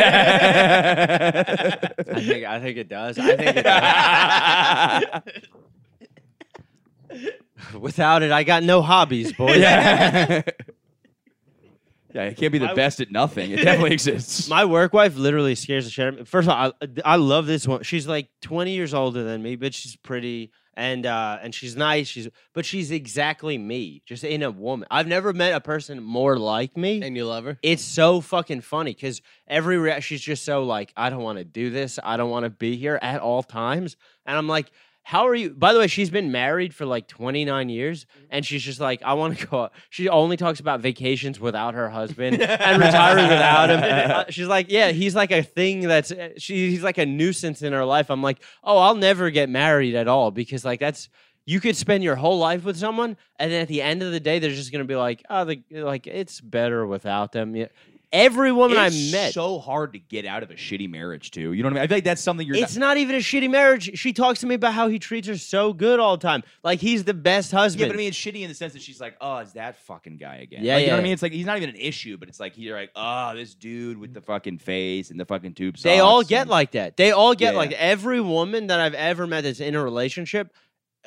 think I think it does. I think it does. *laughs* Without it, I got no hobbies, boy. *laughs* yeah. yeah, it can't be the best at nothing. It *laughs* definitely exists. My work wife literally scares the shit out of me. First of all, I, I love this one. She's like 20 years older than me, but she's pretty and uh and she's nice. She's but she's exactly me, just in a woman. I've never met a person more like me. and you love her. it's so fucking funny because every rea- she's just so like i don't want to do this i don't want to be here at all times and i'm like how are you by the way she's been married for like 29 years and she's just like i want to go out. she only talks about vacations without her husband and retiring without him Uh, she's like yeah he's like a thing that's uh, she, he's like a nuisance in her life i'm like oh i'll never get married at all because like that's you could spend your whole life with someone, and then at the end of the day, they're just gonna be like, oh, the, like it's better without them. Yeah. Every woman It's I met, so hard to get out of a shitty marriage, too. You know what I mean? I feel like that's something you're. it's not even a shitty marriage. She talks to me about how he treats her so good all the time, like he's the best husband. Yeah, but I mean, it's shitty in the sense that she's like, oh, it's that fucking guy again. Yeah, Like, You know yeah. what I mean? It's like he's not even an issue, but it's like you're like, oh, this dude with the fucking face and the fucking tube. they all socks get and- like that. They all get Yeah, like every woman that I've ever met that's in a relationship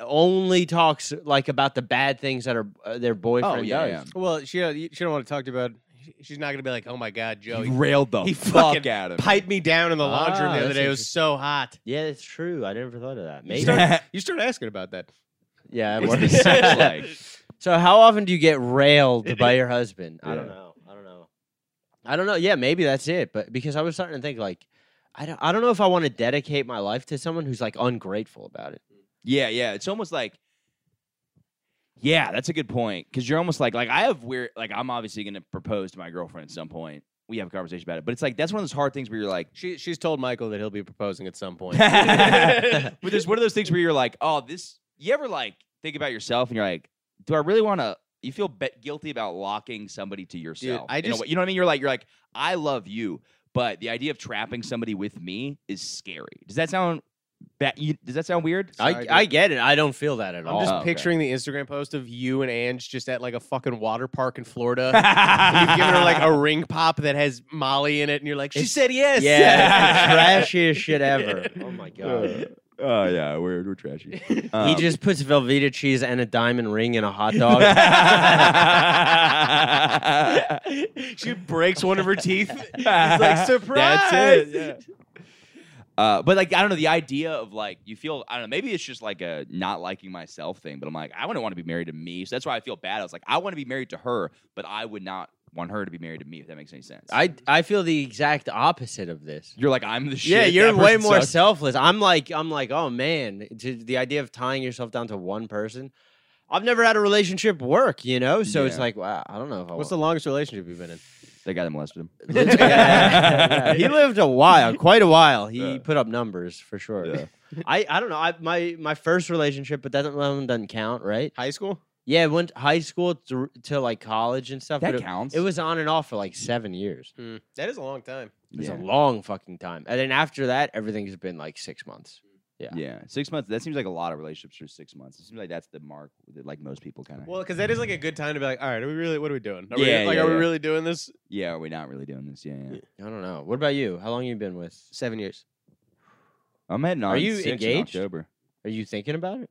only talks like about the bad things that are uh, their boyfriend. Oh yeah, does. yeah. Well, she uh, she don't want to talk to you about. She's not gonna be like, oh my god, Joe, He *laughs* he railed the he fuck fucking out of him. piped me down in the laundry room Ah, the other that's day. It was so hot. Yeah, it's true. I never thought of that. You *laughs* Maybe. start, you start asking about that. *laughs* yeah, it What's works. the sex like? So how often do you get *laughs* railed by your husband? I don't Yeah. know. I don't know. I don't know. Yeah, maybe that's it. But because I was starting to think like I don't I don't know if I want to dedicate my life to someone who's like ungrateful *laughs* about it. Yeah, yeah. It's almost like Yeah, that's a good point. Cause you're almost like like I have weird like I'm obviously gonna propose to my girlfriend at some point. We have a conversation about it. But it's like that's one of those hard things where you're like She she's told Michael that he'll be proposing at some *laughs* point. But there's one of those things where you're like, oh, this you ever like think about yourself and you're like, do I really wanna you feel be- guilty about locking somebody to yourself? I in a just- way- you know what I mean? You're like, you're like, I love you, but the idea of trapping somebody with me is scary. Does that sound ba- you, does that sound weird? Sorry, I, *laughs* dude. I get it. I don't feel that at I'm all. just Oh, okay. picturing the Instagram post of you and Ange just at like a fucking water park in *laughs* Florida. and You've given her like a ring pop that has Molly in it, and you're like, she It's- said yes. yeah, it's the trashiest shit ever. Oh my god. *laughs* Oh yeah, we're we're trashy. he Um, just puts Velveeta cheese and a diamond ring in *laughs* a hot dog. *laughs* she breaks one of her teeth. It's That's like surprise. it, uh, but like I don't know, the idea of like you feel I don't know, maybe it's just like a not liking myself thing. But I'm like I wouldn't want to be married to me, so that's why I feel bad. I was like I want to be married to her, but I would not want her to be married to me. If that makes any sense. I I feel the exact opposite of this. you're like I'm the shit. Yeah, you're that way person more sucks. selfless. I'm like, I'm like, oh man, to the idea of tying yourself down to one person. I've never had a relationship work, you know, so it's Yeah. like, wow, I don't know if I What's the want- longest relationship you've been *laughs* in? That guy that molested him. Yeah, he lived a while, quite a while. He Yeah. put up numbers for sure. Yeah. *laughs* I, I don't know. I my my first relationship, but that one doesn't count, right? High school? Yeah, went high school to, to like college and stuff. That but it- counts. It, was on and off for like seven years. That is a long time. It's yeah. a long fucking time, and then after that, everything's been like six months. Yeah. Yeah, six months. That seems like a lot of relationships are six months. It seems like that's the mark that like most people kind of. Well, because that is like a good time to be like, all right, are we really? What are we doing? Are Yeah, we, like, yeah, are we yeah. really doing this? yeah, we're not really doing this. Yeah, yeah. I don't know. What about you? How long you been with? Seven *laughs* years. I'm heading on. Are you six in engaged? October. Are you thinking about it?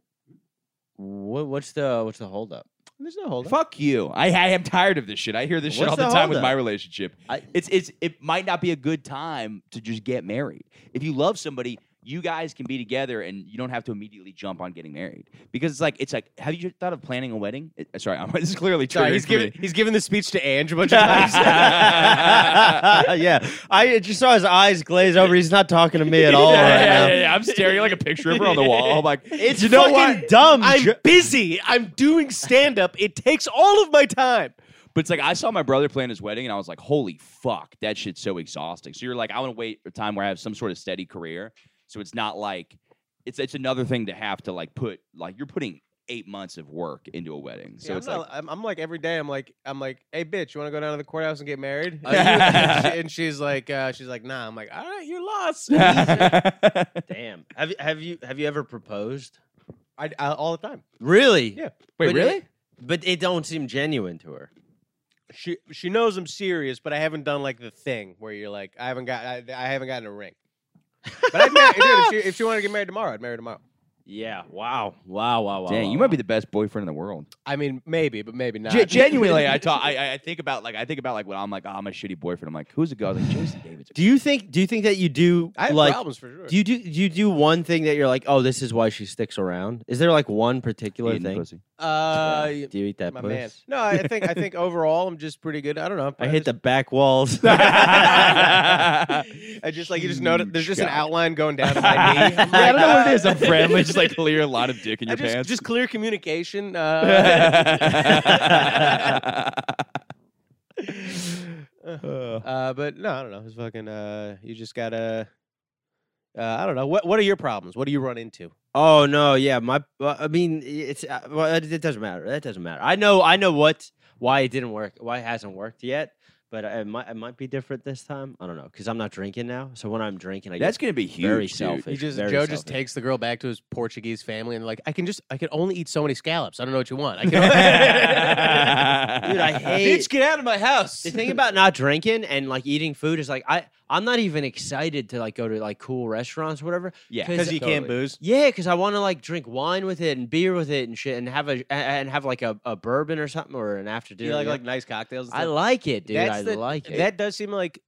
What, what's the what's the holdup? There's no hold. Fuck you. I, I am tired of this shit. I hear this shit What's all the, the time with holdup? my relationship. I- it's it's it might not be a good time to just get married. If you love somebody, you guys can be together and you don't have to immediately jump on getting married. Because it's like it's like have you thought of planning a wedding? It- sorry, *laughs* I'm, this is clearly true. Sorry, he's giving *laughs* he's giving the speech to Ange a bunch of *laughs* times. *laughs* yeah, I just saw his eyes glaze over. He's not talking to me at all Oh, yeah, right yeah, now. yeah, yeah. I'm staring at, like a picture of her on the wall. *laughs* *laughs* I'm like, It's fucking dumb. Jo- busy. I'm doing stand up. It takes all of my time. But it's like I saw my brother plan his wedding, and I was like, "Holy fuck, that shit's so exhausting." So you're like, "I want to wait a time where I have some sort of steady career." So it's not like it's it's another thing to have to like put like you're putting eight months of work into a wedding. So Yeah, it's I'm, like not- I'm, I'm like every day. I'm like I'm like, hey, bitch, you want to go down to the courthouse *laughs* and get married? Uh, and, she- and she's like, uh, she's like, nah. I'm like, all right, you're lost. *laughs* I, *laughs* *laughs* Damn. Have you have you have you ever proposed? I- all the time. Really? Yeah. But It, but it don't seem genuine to her. She she knows I'm serious, but I haven't done like the thing where you're like, I haven't got I, I haven't gotten a ring. But I'd marry, dude, if she, if she wanted to get married tomorrow, I'd marry her tomorrow. Yeah. Wow. Wow. Wow. Wow. Dang, you might be the best boyfriend in the world. I mean, maybe, but maybe not. *laughs* Ge- genuinely, I talk. I- I, I think about like I think about like when I'm like, oh, I'm a shitty boyfriend. I'm like, who's a guy? I was like, Jason David's. a Do you think? Do you think that you do *laughs* I have like? problems for sure. Do you do? Do you do one thing that you're like, oh, this is why she sticks around? Is there like one particular eating thing? pussy. uh, y- do you eat that my puss? man. No, I think I think overall I'm just pretty good. I don't know. I just- hit the back walls. *laughs* *laughs* I just like you just Huge notice there's just an guy. outline going down to my knee. *laughs* I'm yeah, I don't like, know what "Ah." it is. I'm friendly, just like clear a lot of dick in I your just, pants. *laughs* just clear communication. Uh, uh, but no, I don't know. It's fucking. Uh, you just gotta. Uh, I don't know. What What are your problems? What do you run into? Oh no, yeah, my. Well, I mean, it's uh, well, it, it doesn't matter. That doesn't matter. I know, I know what why it didn't work, why it hasn't worked yet. But it might, it might be different this time. I don't know because I'm not drinking now. So when I'm drinking, I That's get gonna be huge. very dude. *laughs* selfish. He just very Joe just selfish. takes the girl back to his Portuguese family and like I can just I can only eat so many scallops. I don't know what you want. I *laughs* can Dude, I hate. Bitch, get out of my house. the thing about not drinking and like eating food is like I I'm not even excited to like go to like cool restaurants or whatever. Yeah, 'cause you can't booze. Yeah, because I want to like drink wine with it and beer with it and shit, and have a and have like a, a bourbon or something or an after dinner. *laughs* yeah. nice cocktails. I like it, dude. That's I the- like it. That does seem like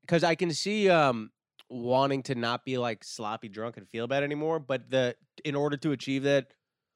because I can see um wanting to not be like sloppy drunk and feel bad anymore, but the in order to achieve that,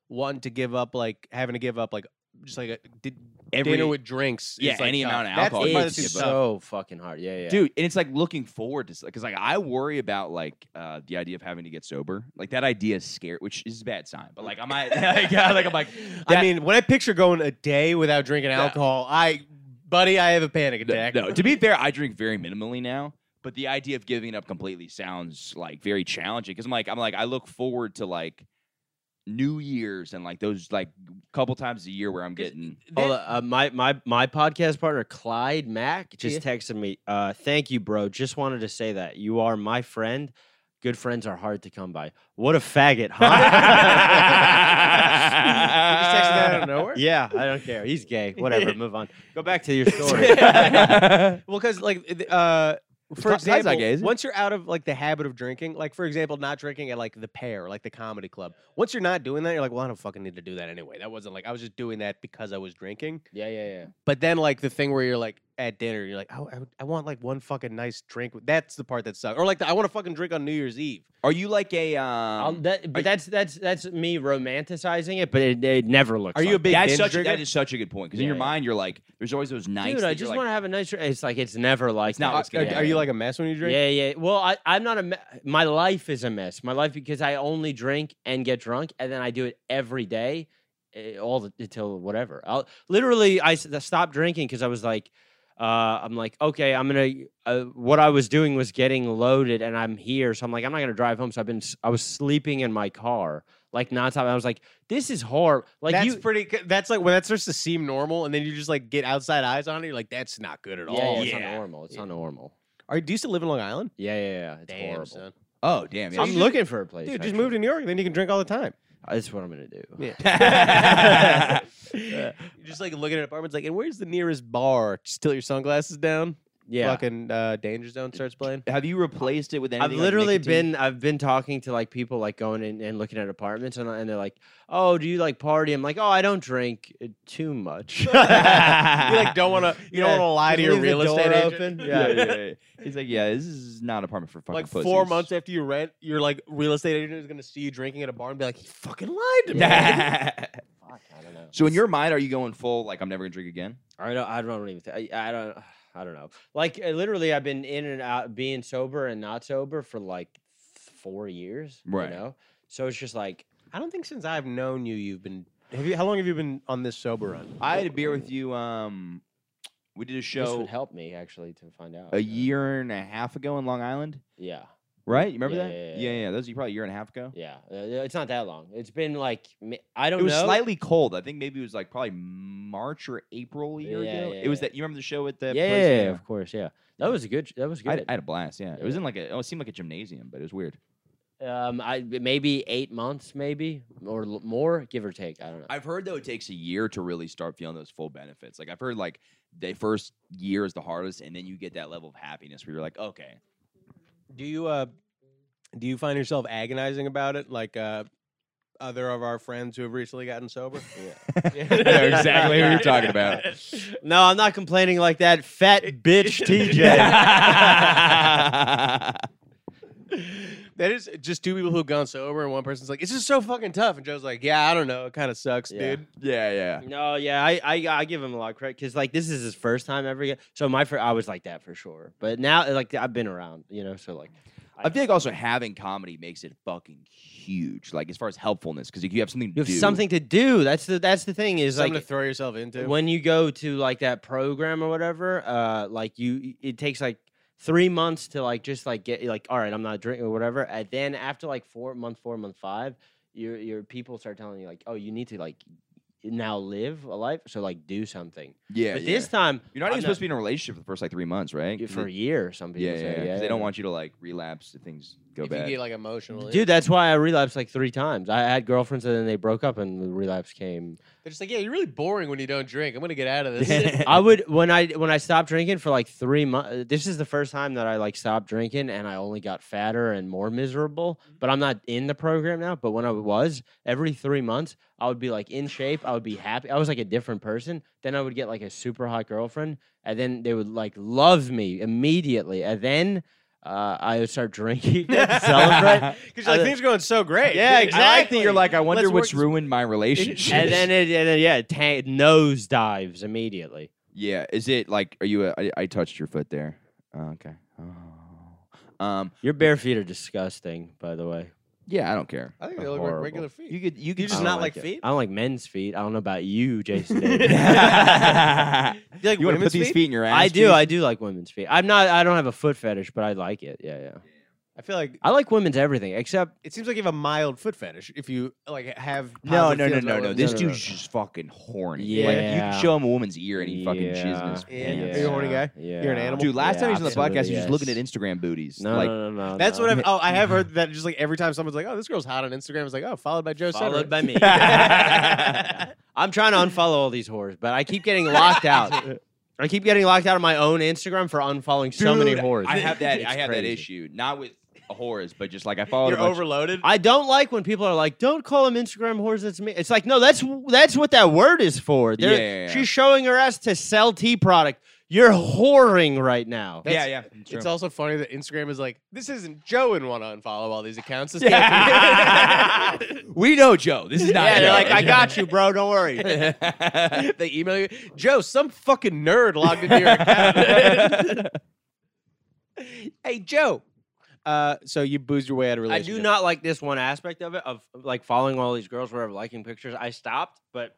one to give up like having to give up like just like a di- Every- dinner with drinks. yeah, is, like, any tough. amount of That's the alcohol you part can that seems it's skip tough. so fucking hard. Yeah, yeah. dude and it's like looking forward to because like i worry about like uh the idea of having to get sober like that idea is scary which is a bad sign but like i might *laughs* like, yeah, like i'm like I that- mean, when I picture going a day without drinking alcohol, I, buddy, I have a panic no, attack. no, to be fair i drink very minimally now but the idea of giving it up completely sounds like very challenging because i'm like i'm like i look forward to like new year's and like those like couple times a year where i'm *laughs* getting Hold on, uh, my my my podcast partner Clyde Mack just texted me. Uh, thank you, bro. Just wanted to say that you are my friend. Good friends are hard to come by. What a faggot, *laughs* huh? You just *laughs* texted that out of nowhere. yeah, I don't care. He's gay. *laughs* Whatever. Move on. Go back to your *laughs* story. Well, because like, th- uh, for It's not- it's not example, gay, is it? once you're out of like the habit of drinking, like for example, not drinking at like the pair, like the comedy club. Once you're not doing that, you're like, well, I don't fucking need to do that anyway. That wasn't like I was just doing that because I was drinking. yeah, yeah, yeah. But then like the thing where you're like at dinner, you're like, oh, I, would- I want like one fucking nice drink. That's the part that sucks. Or like the, I want to fucking drink on New Year's Eve. are you like a um I'll, that, but that's that's that's me romanticizing it, but it, it never looks. Are you like a big that's binge such drinker? that is such a good point because in Yeah, your yeah. mind you're like there's always those nights Dude, that I you're just like, want to have a nice. It's like it's never like. not that. what's are, gonna are you like a mess when you drink? Yeah, yeah. Well, I, I'm not a. Me- my life is a mess. My life because I only drink and get drunk, and then I do it every day, eh, all the, until whatever. I'll literally I s- stopped drinking because I was like, uh, I'm like, okay, I'm gonna. Uh, what I was doing was getting loaded, and I'm here, so I'm like, I'm not gonna drive home. So I've been. s- I was sleeping in my car like nonstop. I was like, this is horrible. Like that's you. pretty. c- That's like when that starts to seem normal, and then you just like get outside eyes on it. You're like, that's not good at yeah, yeah, all. it's not normal. It's not normal. Are do you still live in Long Island? Yeah, yeah, yeah. It's Damn, horrible. son. oh damn yeah. I'm looking for a place. Dude, just move to New York, then you can drink all the *laughs* time. That's what I'm gonna do. *laughs* You're just like looking at apartments, like, and where's the nearest bar? Just tilt your sunglasses down. Yeah. Fucking uh, Danger Zone starts playing. have you replaced it with anything I've literally been I've been talking to like people like going in and looking at apartments and, and they're like, "Oh, do you like party?" I'm like, "Oh, I don't drink uh, too *laughs* much." You like don't want to. You don't Yeah, want to lie to just your leave the real estate door agent. *laughs* open. yeah, Yeah, yeah, yeah. he's like yeah this is not an apartment for fucking Like four pussies." months after you rent, your like real estate agent is gonna see you drinking at a bar and be like, "He fucking lied to me." I don't know. so in your mind are you going full like I'm never gonna drink again I don't. I don't even. Th- I, I don't. *sighs* I don't know. Like uh, literally, I've been in and out, being sober and not sober for like four years. Right. You know. So it's just like I don't think since I've known you, you've been. Have you? How long have you been on this sober run? I had a beer with you um we did a this show would help me actually to find out. a you know? year and a half ago in Long Island Yeah. right? You remember Yeah, that? yeah, Yeah, yeah, yeah. That was probably a year and a half ago. Yeah, uh, it's not that long. It's been like m- I don't It was know. slightly cold. I think maybe it was like probably March or April a year Yeah, ago. yeah, it was yeah. that you remember the show at the yeah, place? yeah, yeah, of course, yeah. That was a good. That was I, good. I had a blast. Yeah. it was Yeah. in like a. Oh, it seemed like a gymnasium, but it was weird. um, I maybe eight months, maybe or l- more, give or take. I don't know. I've heard though it takes a year to really start feeling those full benefits. Like I've heard like the first year is the hardest, and then you get that level of happiness where you're like, okay, Do you uh do you find yourself agonizing about it like uh other of our friends who have recently gotten sober? *laughs* I know exactly who you're talking about. no, I'm not complaining like that *laughs* fat bitch TJ. that is just two people who've gone sober and one person's like, it's just so fucking tough. And Joe's like, yeah, I don't know. It kind of sucks, Yeah. dude. Yeah, yeah. No, yeah, I, I I give him a lot of credit because like this is his first time ever. Get, so my fir- I was like that for sure, but now like I've been around, you know. So like, I feel like also having comedy makes it fucking huge. Like as far as helpfulness, because you have something to you have do. something to do. That's the that's the thing is Something like to throw yourself into. when you go to like that program or whatever, uh, like you it takes like three months to like just like get like all right, I'm not drinking or whatever. And then after like four month four month five, your your people start telling you like, oh, you need to like now live a life, so like do something. Yeah, but yeah. this time you're not I'm even supposed to be in a relationship for the first like three months, right? 'Cause for a it- year. Some people yeah, yeah, say, yeah, 'cause they don't want you to like relapse if things go if bad. you get like emotional. Dude, that's why I relapsed like three times. I had girlfriends and then they broke up, and the relapse came. They're just like, yeah, you're really boring when you don't drink. I'm gonna get out of *laughs* this. *laughs* I would when I when I stopped drinking for like three months. This is the first time that I like stopped drinking, and I only got fatter and more miserable. But I'm not in the program now. But when I was every three months, I would be like in shape. I would be happy. I was like a different person. Then I would get like a super hot girlfriend, and then they would like love me immediately. And then uh, I would start drinking, *laughs* *laughs* to celebrate. Because like things are going so great. Yeah, I like that you're like, I wonder Let's work what's this- ruined my relationship. and then it, and then, yeah, it tank, nose dives immediately. *laughs* yeah, is it like, are you? A, I, I touched your foot there. Oh, okay. Oh. Um. Your bare feet are disgusting, by the way. Yeah, I don't care. I think They're they look like horrible. regular feet. You could. You could You just I not don't like, it. feet? I don't like men's feet. I don't know about you, *laughs* Jason. you like want to women's put these feet? feet in your ass? I do. Jason? I do like women's feet. I'm not. I don't have a foot fetish, but I like it. Yeah, yeah. I feel like I like women's everything except. it seems like you have a mild foot fetish if you like have. No, positive no, no, feelings no, about no. women. This no, no, dude's just fucking horny. Like, you Yeah. can show him a woman's ear and he fucking jizz in his cheeses. Yeah, yeah. pants. Are you a horny guy? Yeah. You're an animal? Dude, last Yeah, time he was on the podcast, he was just absolutely, looking at Instagram booties. No, like, no, no, no. That's no. what *laughs* I've. Oh, I *laughs* have heard that. Just like every time someone's like, "Oh, this girl's hot on Instagram," it's like, "Oh, followed by Joe." followed Sederer." by me. *laughs* I'm trying to unfollow all these whores, but I keep getting locked *laughs* out. I keep getting locked out of my own Instagram for unfollowing so many Dude, whores. I have *laughs* that. It's I have that crazy. issue. Not with whores, but just like *laughs* I followed You're a bunch. overloaded. I don't like when people are like, "Don't call them Instagram whores." That's me. It's like, no, that's that's what that word is for. They're- Yeah, yeah, yeah. she's showing her ass to sell tea product. You're whoring right now. yeah, yeah. It's, It's also funny that Instagram is like, "This isn't Joe and want to unfollow all these *laughs* accounts." This Yeah. can't be." *laughs* we know Joe. This is not. yeah, they're Joe. like, "I got you, bro. Don't worry." they email you, Joe. Some fucking nerd logged into your account. *laughs* hey, Joe. Uh, so you boozed your way out of a I relationship. do not like this one aspect of it of like following all these girls wherever, liking pictures. I stopped, but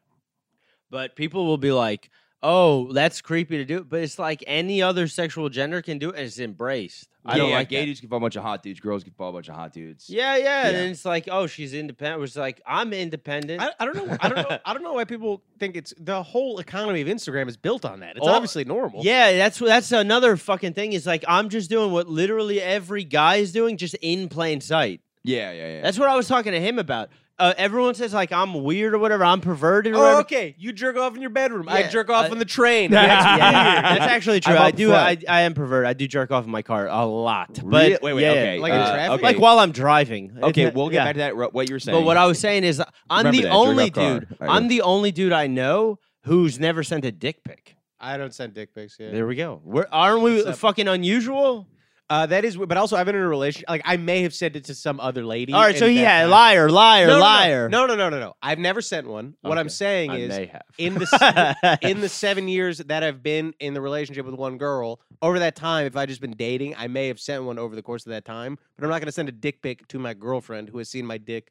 but people will be like, "Oh, that's creepy to do," but it's like any other sexual gender can do it, and it's embraced. I Yeah, don't yeah, like gay that. dudes can follow a bunch of hot dudes. Girls can follow a bunch of hot dudes. Yeah, yeah, and Yeah. then it's like, oh, she's independent. Which is like, I'm independent. I, I don't know. I don't know. I don't know why people think it's the whole economy of Instagram is built on that. It's All- obviously normal. Yeah, that's that's another fucking thing. Is like I'm just doing what literally every guy is doing, just in plain sight. yeah, yeah. *laughs* yeah. That's what I was talking to him about. Uh, everyone says like I'm weird or whatever, I'm perverted or Oh, whatever. okay. You uh, jerk off in your bedroom. I Yeah, jerk off I- on the train. *laughs* That's, That's yeah, *laughs* weird. that's actually true. I'm I up do. I, front. I am perverted. I do jerk off in my car a lot. But Really? wait, wait, yeah, okay, Like in uh, traffic? okay. like while I'm driving. okay, It's- we'll get yeah. back to that. ro- What you were saying, But what I was saying is, I'm Remember the that, jerk only off car. dude. I I'm know. the only dude I know who's never sent a dick pic. I don't send dick pics. Yeah. There we go. We're, aren't we What's up? fucking unusual? Uh, that is. But also, I've been in a relationship. Like, I may have sent it to some other lady. All right, and so he that had time- liar, liar, No, no, no. liar. No, no, no, no, no. I've never sent one. What I'm Okay. saying I is, may have. *laughs* in the s- *laughs* in the seven years that I've been in the relationship with one girl, over that time, if I just been dating, I may have sent one over the course of that time. But I'm not going to send a dick pic to my girlfriend who has seen my dick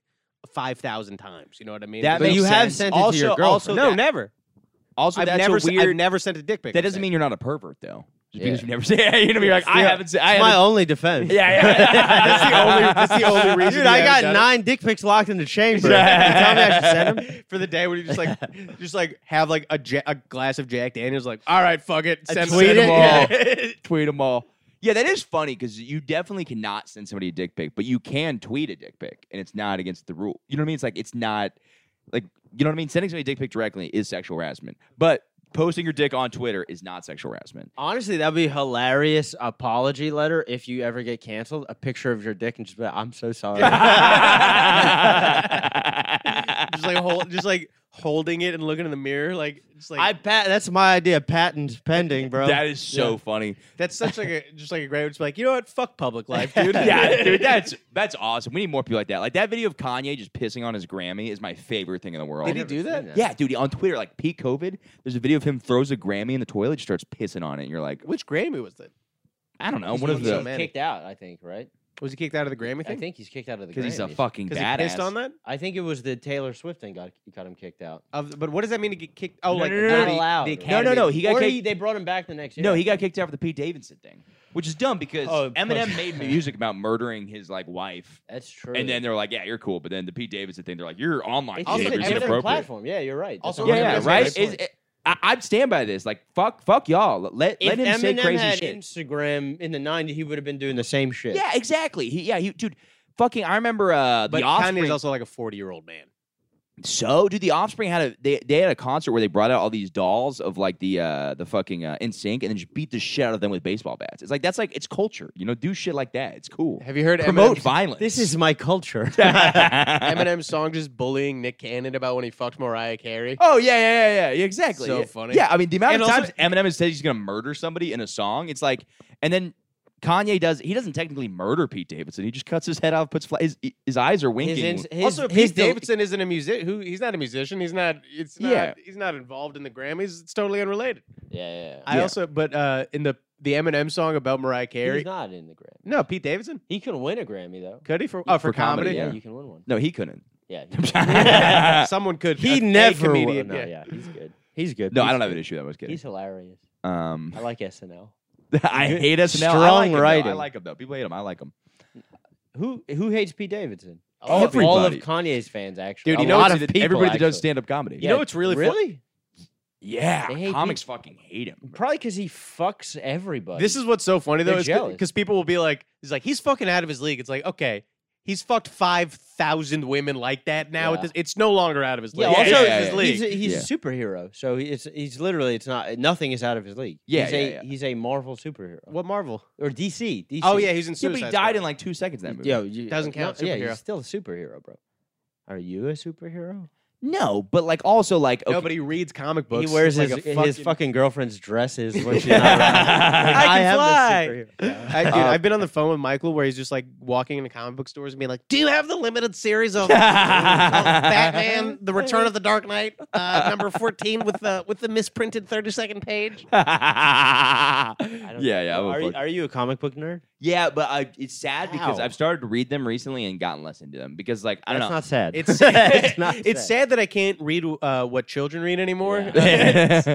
five thousand times. You know what I mean? That but makes you have sense. sent it also, to your girlfriend. also no, that, never. also I've that's never. a s- I've weird. never sent a dick pic. That I'm doesn't saying. mean you're not a pervert though. Just because you never *laughs* see it. You're gonna be like, I haven't seen. I It's my haven't. only defense. Yeah, *laughs* yeah. That's the only- that's the only reason Dude, you I haven't got done it? nine dick pics locked in the chamber. You tell me I should send 'em? for the day where you just like *laughs* just like have like a, ja- a glass of Jack Daniels like all right fuck it send tweet send it? them all. *laughs* tweet them all. Yeah, that is funny because you definitely cannot send somebody a dick pic, but you can tweet a dick pic, and it's not against the rule. You know what I mean? It's like it's not like you know what I mean. Sending somebody a dick pic directly is sexual harassment, but posting your dick on Twitter is not sexual harassment. *laughs* Honestly, that'd be a hilarious apology letter if you ever get canceled. A picture of your dick and just be like, I'm so sorry. just like hold, just like holding it and looking in the mirror like it's like I pat that's my idea. Patent pending, bro. That is so Yeah. funny. that's such like a just like a great it's like you know what fuck public life *laughs* dude yeah, dude, that's that's awesome. We need more people like that. Like that video of Kanye just pissing on his Grammy is my favorite thing in the world. did he do that Yeah, dude, on Twitter, like peak COVID, there's a video of him throws a Grammy in the toilet, just starts pissing on it. And you're like, which Grammy was that I don't know, what is he's so the mad. kicked out, I think, right? was he kicked out of the Grammy I thing think he's kicked out of the because he's a Grammys. fucking because he badass. pissed on that I think it was the Taylor Swift thing got got him kicked out. of but what does that mean to get kicked oh No, like no, no, out no, of the- allowed. the no, No, Academy? no, he got or kicked. he, they brought him back the next year. no, he got kicked out for the Pete Davidson thing, which is dumb because Oh, of Eminem course. *laughs* made music about murdering his like wife, That's true. and then they're like, yeah, you're cool, but then the Pete Davidson thing, they're like, your online it's Also, also behavior is Eminem a different inappropriate. platform. Yeah, you're right. Also, That's Yeah, all yeah, I'm saying. Eminem's right. excellent. Is- I, I stand by this. Like, fuck, fuck y'all. Let If let him Eminem say crazy had shit. Instagram in the '90s, he would have been doing the same shit. Yeah, exactly. He, yeah, he, dude. Fucking, I remember uh, but the Kanye's Offspring. also like a forty year old man so, dude, the Offspring had a they, they had a concert where they brought out all these dolls of like the uh the fucking uh, in sync and then just beat the shit out of them with baseball bats. It's like that's like it's culture, you know. Do shit like that. It's cool. have you heard Promote Eminem's- violence. *laughs* This is *laughs* my culture. Eminem's song just bullying Nick Cannon about when he fucked Mariah Carey. Oh yeah, yeah, yeah, yeah, exactly. So Yeah. funny. Yeah, I mean the amount And of also- times Eminem has said he's gonna murder somebody in a song, it's like, and then Kanye does. He doesn't technically murder Pete Davidson. He just cuts his head off, puts fly, his his eyes are winking. His, ins- his, also, his Pete del- Davidson isn't a musician. Who he's not a musician. He's not. It's not. Yeah. He's not involved in the Grammys. It's totally unrelated. Yeah, yeah. yeah. I Yeah. also, but uh, in the the Eminem song about Mariah He was Carey. not in the Grammy. No, Pete Davidson. He could win a Grammy though. Could he for oh, for, For comedy, comedy? yeah. you can win one. no, he *laughs* couldn't. Yeah, Someone could. Uh, he a- a never. comedian, No, yeah. yeah, he's good. He's *laughs* good. No, I He's don't have good. an issue. That was kidding. He's hilarious. Um, I like SNL. *laughs* I hate us now. I Strong like him, though. I writing. like him though. People hate him. I like him. Who who hates Pete Davidson? All of them. all of Everybody. Kanye's fans actually. Dude, a you know lot it's- of people. Everybody that does actually. stand up comedy. You know what's really fu- really yeah. They hate Comics fucking hate him. probably because he fucks everybody. This is what's so funny though, They're is jealous. because people will be like, "He's like he's fucking out of his league." It's like okay. He's fucked five thousand women like that now. Yeah. At this, it's no longer out of his yeah. league. Also, It's yeah, out of yeah, his yeah. league. he's a, he's Yeah. a superhero, so he- it's he's literally it's not nothing is out of his league. Yeah, he's yeah, a yeah. he's a Marvel superhero what Marvel? or DC. DC. Oh yeah, he's in Yeah, Suicide but he Squad. died in like two seconds in that movie. Yo, you, Doesn't count, No, yeah, superhero. he's still a superhero, bro. Are you a superhero? No, but like also like okay, *laughs* Nobody reads comic books. He wears like his, a his fucking girlfriend's *laughs* dresses when she's not around. Like, I can am the fly. superhero. *laughs* *laughs* I, Uh, dude, I've been on the phone with Michael where he's just like walking into comic book stores and being like, "Do you *laughs* have the *laughs* limited series of uh, Batman: The Return of the Dark Knight, uh, number fourteen with the with the misprinted thirty second page?" yeah, I don't- yeah. I'm a Are you, fuck- are you a comic book nerd? yeah, but I, it's sad because How? I've started to read them recently and gotten less into them because, like, I don't That's know. not sad. It's *laughs* It's not *laughs* it's sad that I can't read uh, what children read anymore. *laughs* *laughs*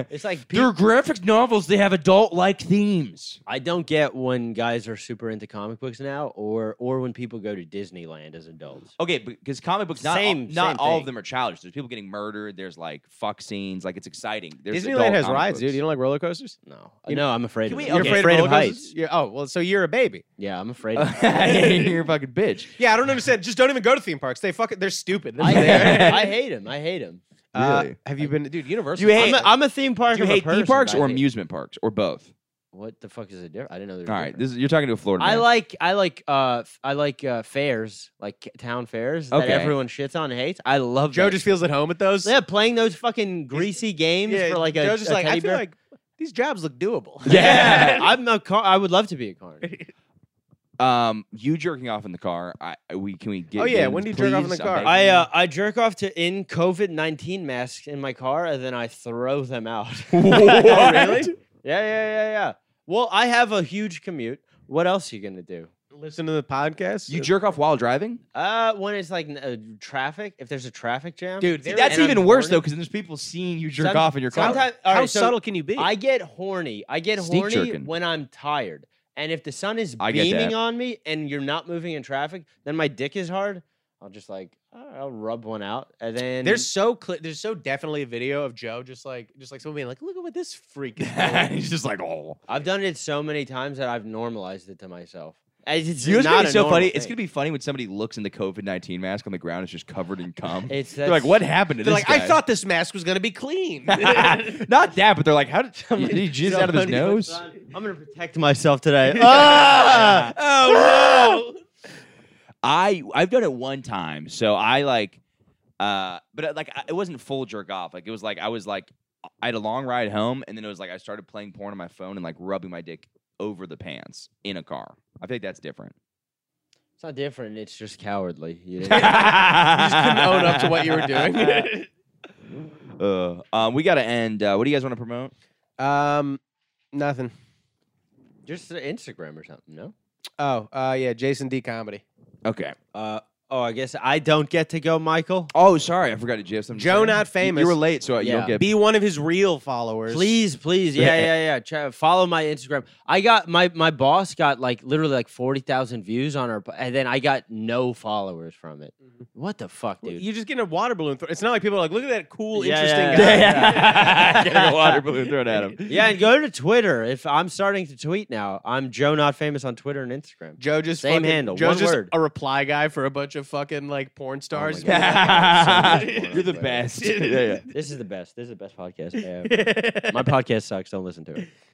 *laughs* It's like pe- They're graphic novels. They have adult-like themes. I don't get when guys are super into comic books now, or or when people go to Disneyland as adults. Okay, because comic books, not all, Same- not same all of thing. them are childish. There's people getting murdered. There's like fuck scenes. Like it's exciting. There's adult Disneyland has comic rides, books. dude. You don't like roller coasters? No, no, I'm afraid. Can Of we- it. You're I'm okay. afraid of, roller heights. coasters? You're- oh well, so you're a baby. Yeah, I'm afraid. *laughs* Of You're a fucking bitch. Yeah, I don't understand. Just don't even go to theme parks. They fucking they're stupid. I, hate *laughs* him. I hate him. I hate him. Uh, Really? have you been, dude? Universal. You hate- I'm, a, I'm a theme Do park. you of a hate theme person, parks but I or hate- amusement parks or both? What the fuck is the difference? I didn't know. There was All a right, difference. this is, you're talking to a Florida. I man. like I like uh f- I like uh fairs like c- town fairs Okay. that everyone shits on and hates. I love Joe those. just feels at home at those. yeah playing those fucking greasy games for like a, Joe's just a like, teddy I feel bear. *laughs* like these jobs look doable. *laughs* Yeah. I'm a car. I would love to be a carny. um you jerking off in the car. I we can we get Oh, yeah, in, when do you jerk off in please? the car? I'm I begging uh, I jerk off to in COVID nineteen masks in my car, and then I throw them out. *laughs* Oh, What? Yeah, yeah, yeah, yeah. Well, I have a huge commute. What else are you gonna do? *laughs* listen to the podcast? You jerk off while driving? Uh, when it's like n- uh, traffic, if there's a traffic jam, Dude, there- that's and *laughs* I'm even worse horny- though, because there's people seeing you jerk Some- off in your car. Sometimes, all How right, so subtle can you be? I get horny. I get Sneak horny jerking. when I'm tired, and if the sun is I get beaming that. on me and you're not moving in traffic, then my dick is hard. I'll just like all right, I'll rub one out, and then There's so cl- there's so definitely a video of Joe just like just like someone being like, look at what *laughs* this freak is doing. *laughs* He's just like, oh. I've done it so many times that I've normalized it to myself. It's, it's You know, it's not gonna be a so normal funny. It's thing. gonna be funny when somebody looks in the COVID nineteen mask on the ground. It's just covered in cum. It's they're like, that's- what happened to They're this like, guy?" I thought this mask was gonna be *laughs* clean. *laughs* Not that, but they're like, how did, *laughs* did he jizz out of his Somebody was nose? on- *laughs* I'm gonna protect *laughs* myself today. Ah! oh no. I I've done it one time, so I like, uh, but uh, like I- it wasn't full jerk off. Like it was like I was like I had a long ride home, and then it was like I started playing porn on my phone and like rubbing my dick over the pants in a car. I think that's *laughs* different. *laughs* It's not different. It's just cowardly. you *laughs* You didn't- just couldn't own up to what you were doing. *laughs* uh, um, we got to end. Uh, what do you guys want to promote? um nothing. just uh, Instagram or something. No. Oh, uh yeah, Jason D comedy. Okay. Uh, oh, I guess I don't get to go, Michael. Oh, sorry, I forgot to GF something. to Joe say? Not You- Famous. You were late, so you Yeah. don't get. *laughs* Be one of his real followers. Please, please, yeah, yeah, yeah. Ch- follow my Instagram. I got my my boss got like literally like forty thousand views on her, and then I got no followers from it. Mm-hmm. What the fuck, dude? You're just getting a water balloon. Throw. It's not like people are like, look at that cool, Yeah, interesting yeah, guy. yeah. *laughs* Getting *laughs* a water balloon thrown at him. yeah, and go to Twitter. If I'm starting to tweet now, I'm Joe Not Famous on Twitter and Instagram. Joe just Same fucking- handle, Joe's one just word. Oh a reply guy for a bunch of fucking like porn stars. *laughs* *laughs* You're the best. *laughs* Yeah, This is the best. This is the best podcast. Ever. my podcast sucks. Don't listen to it.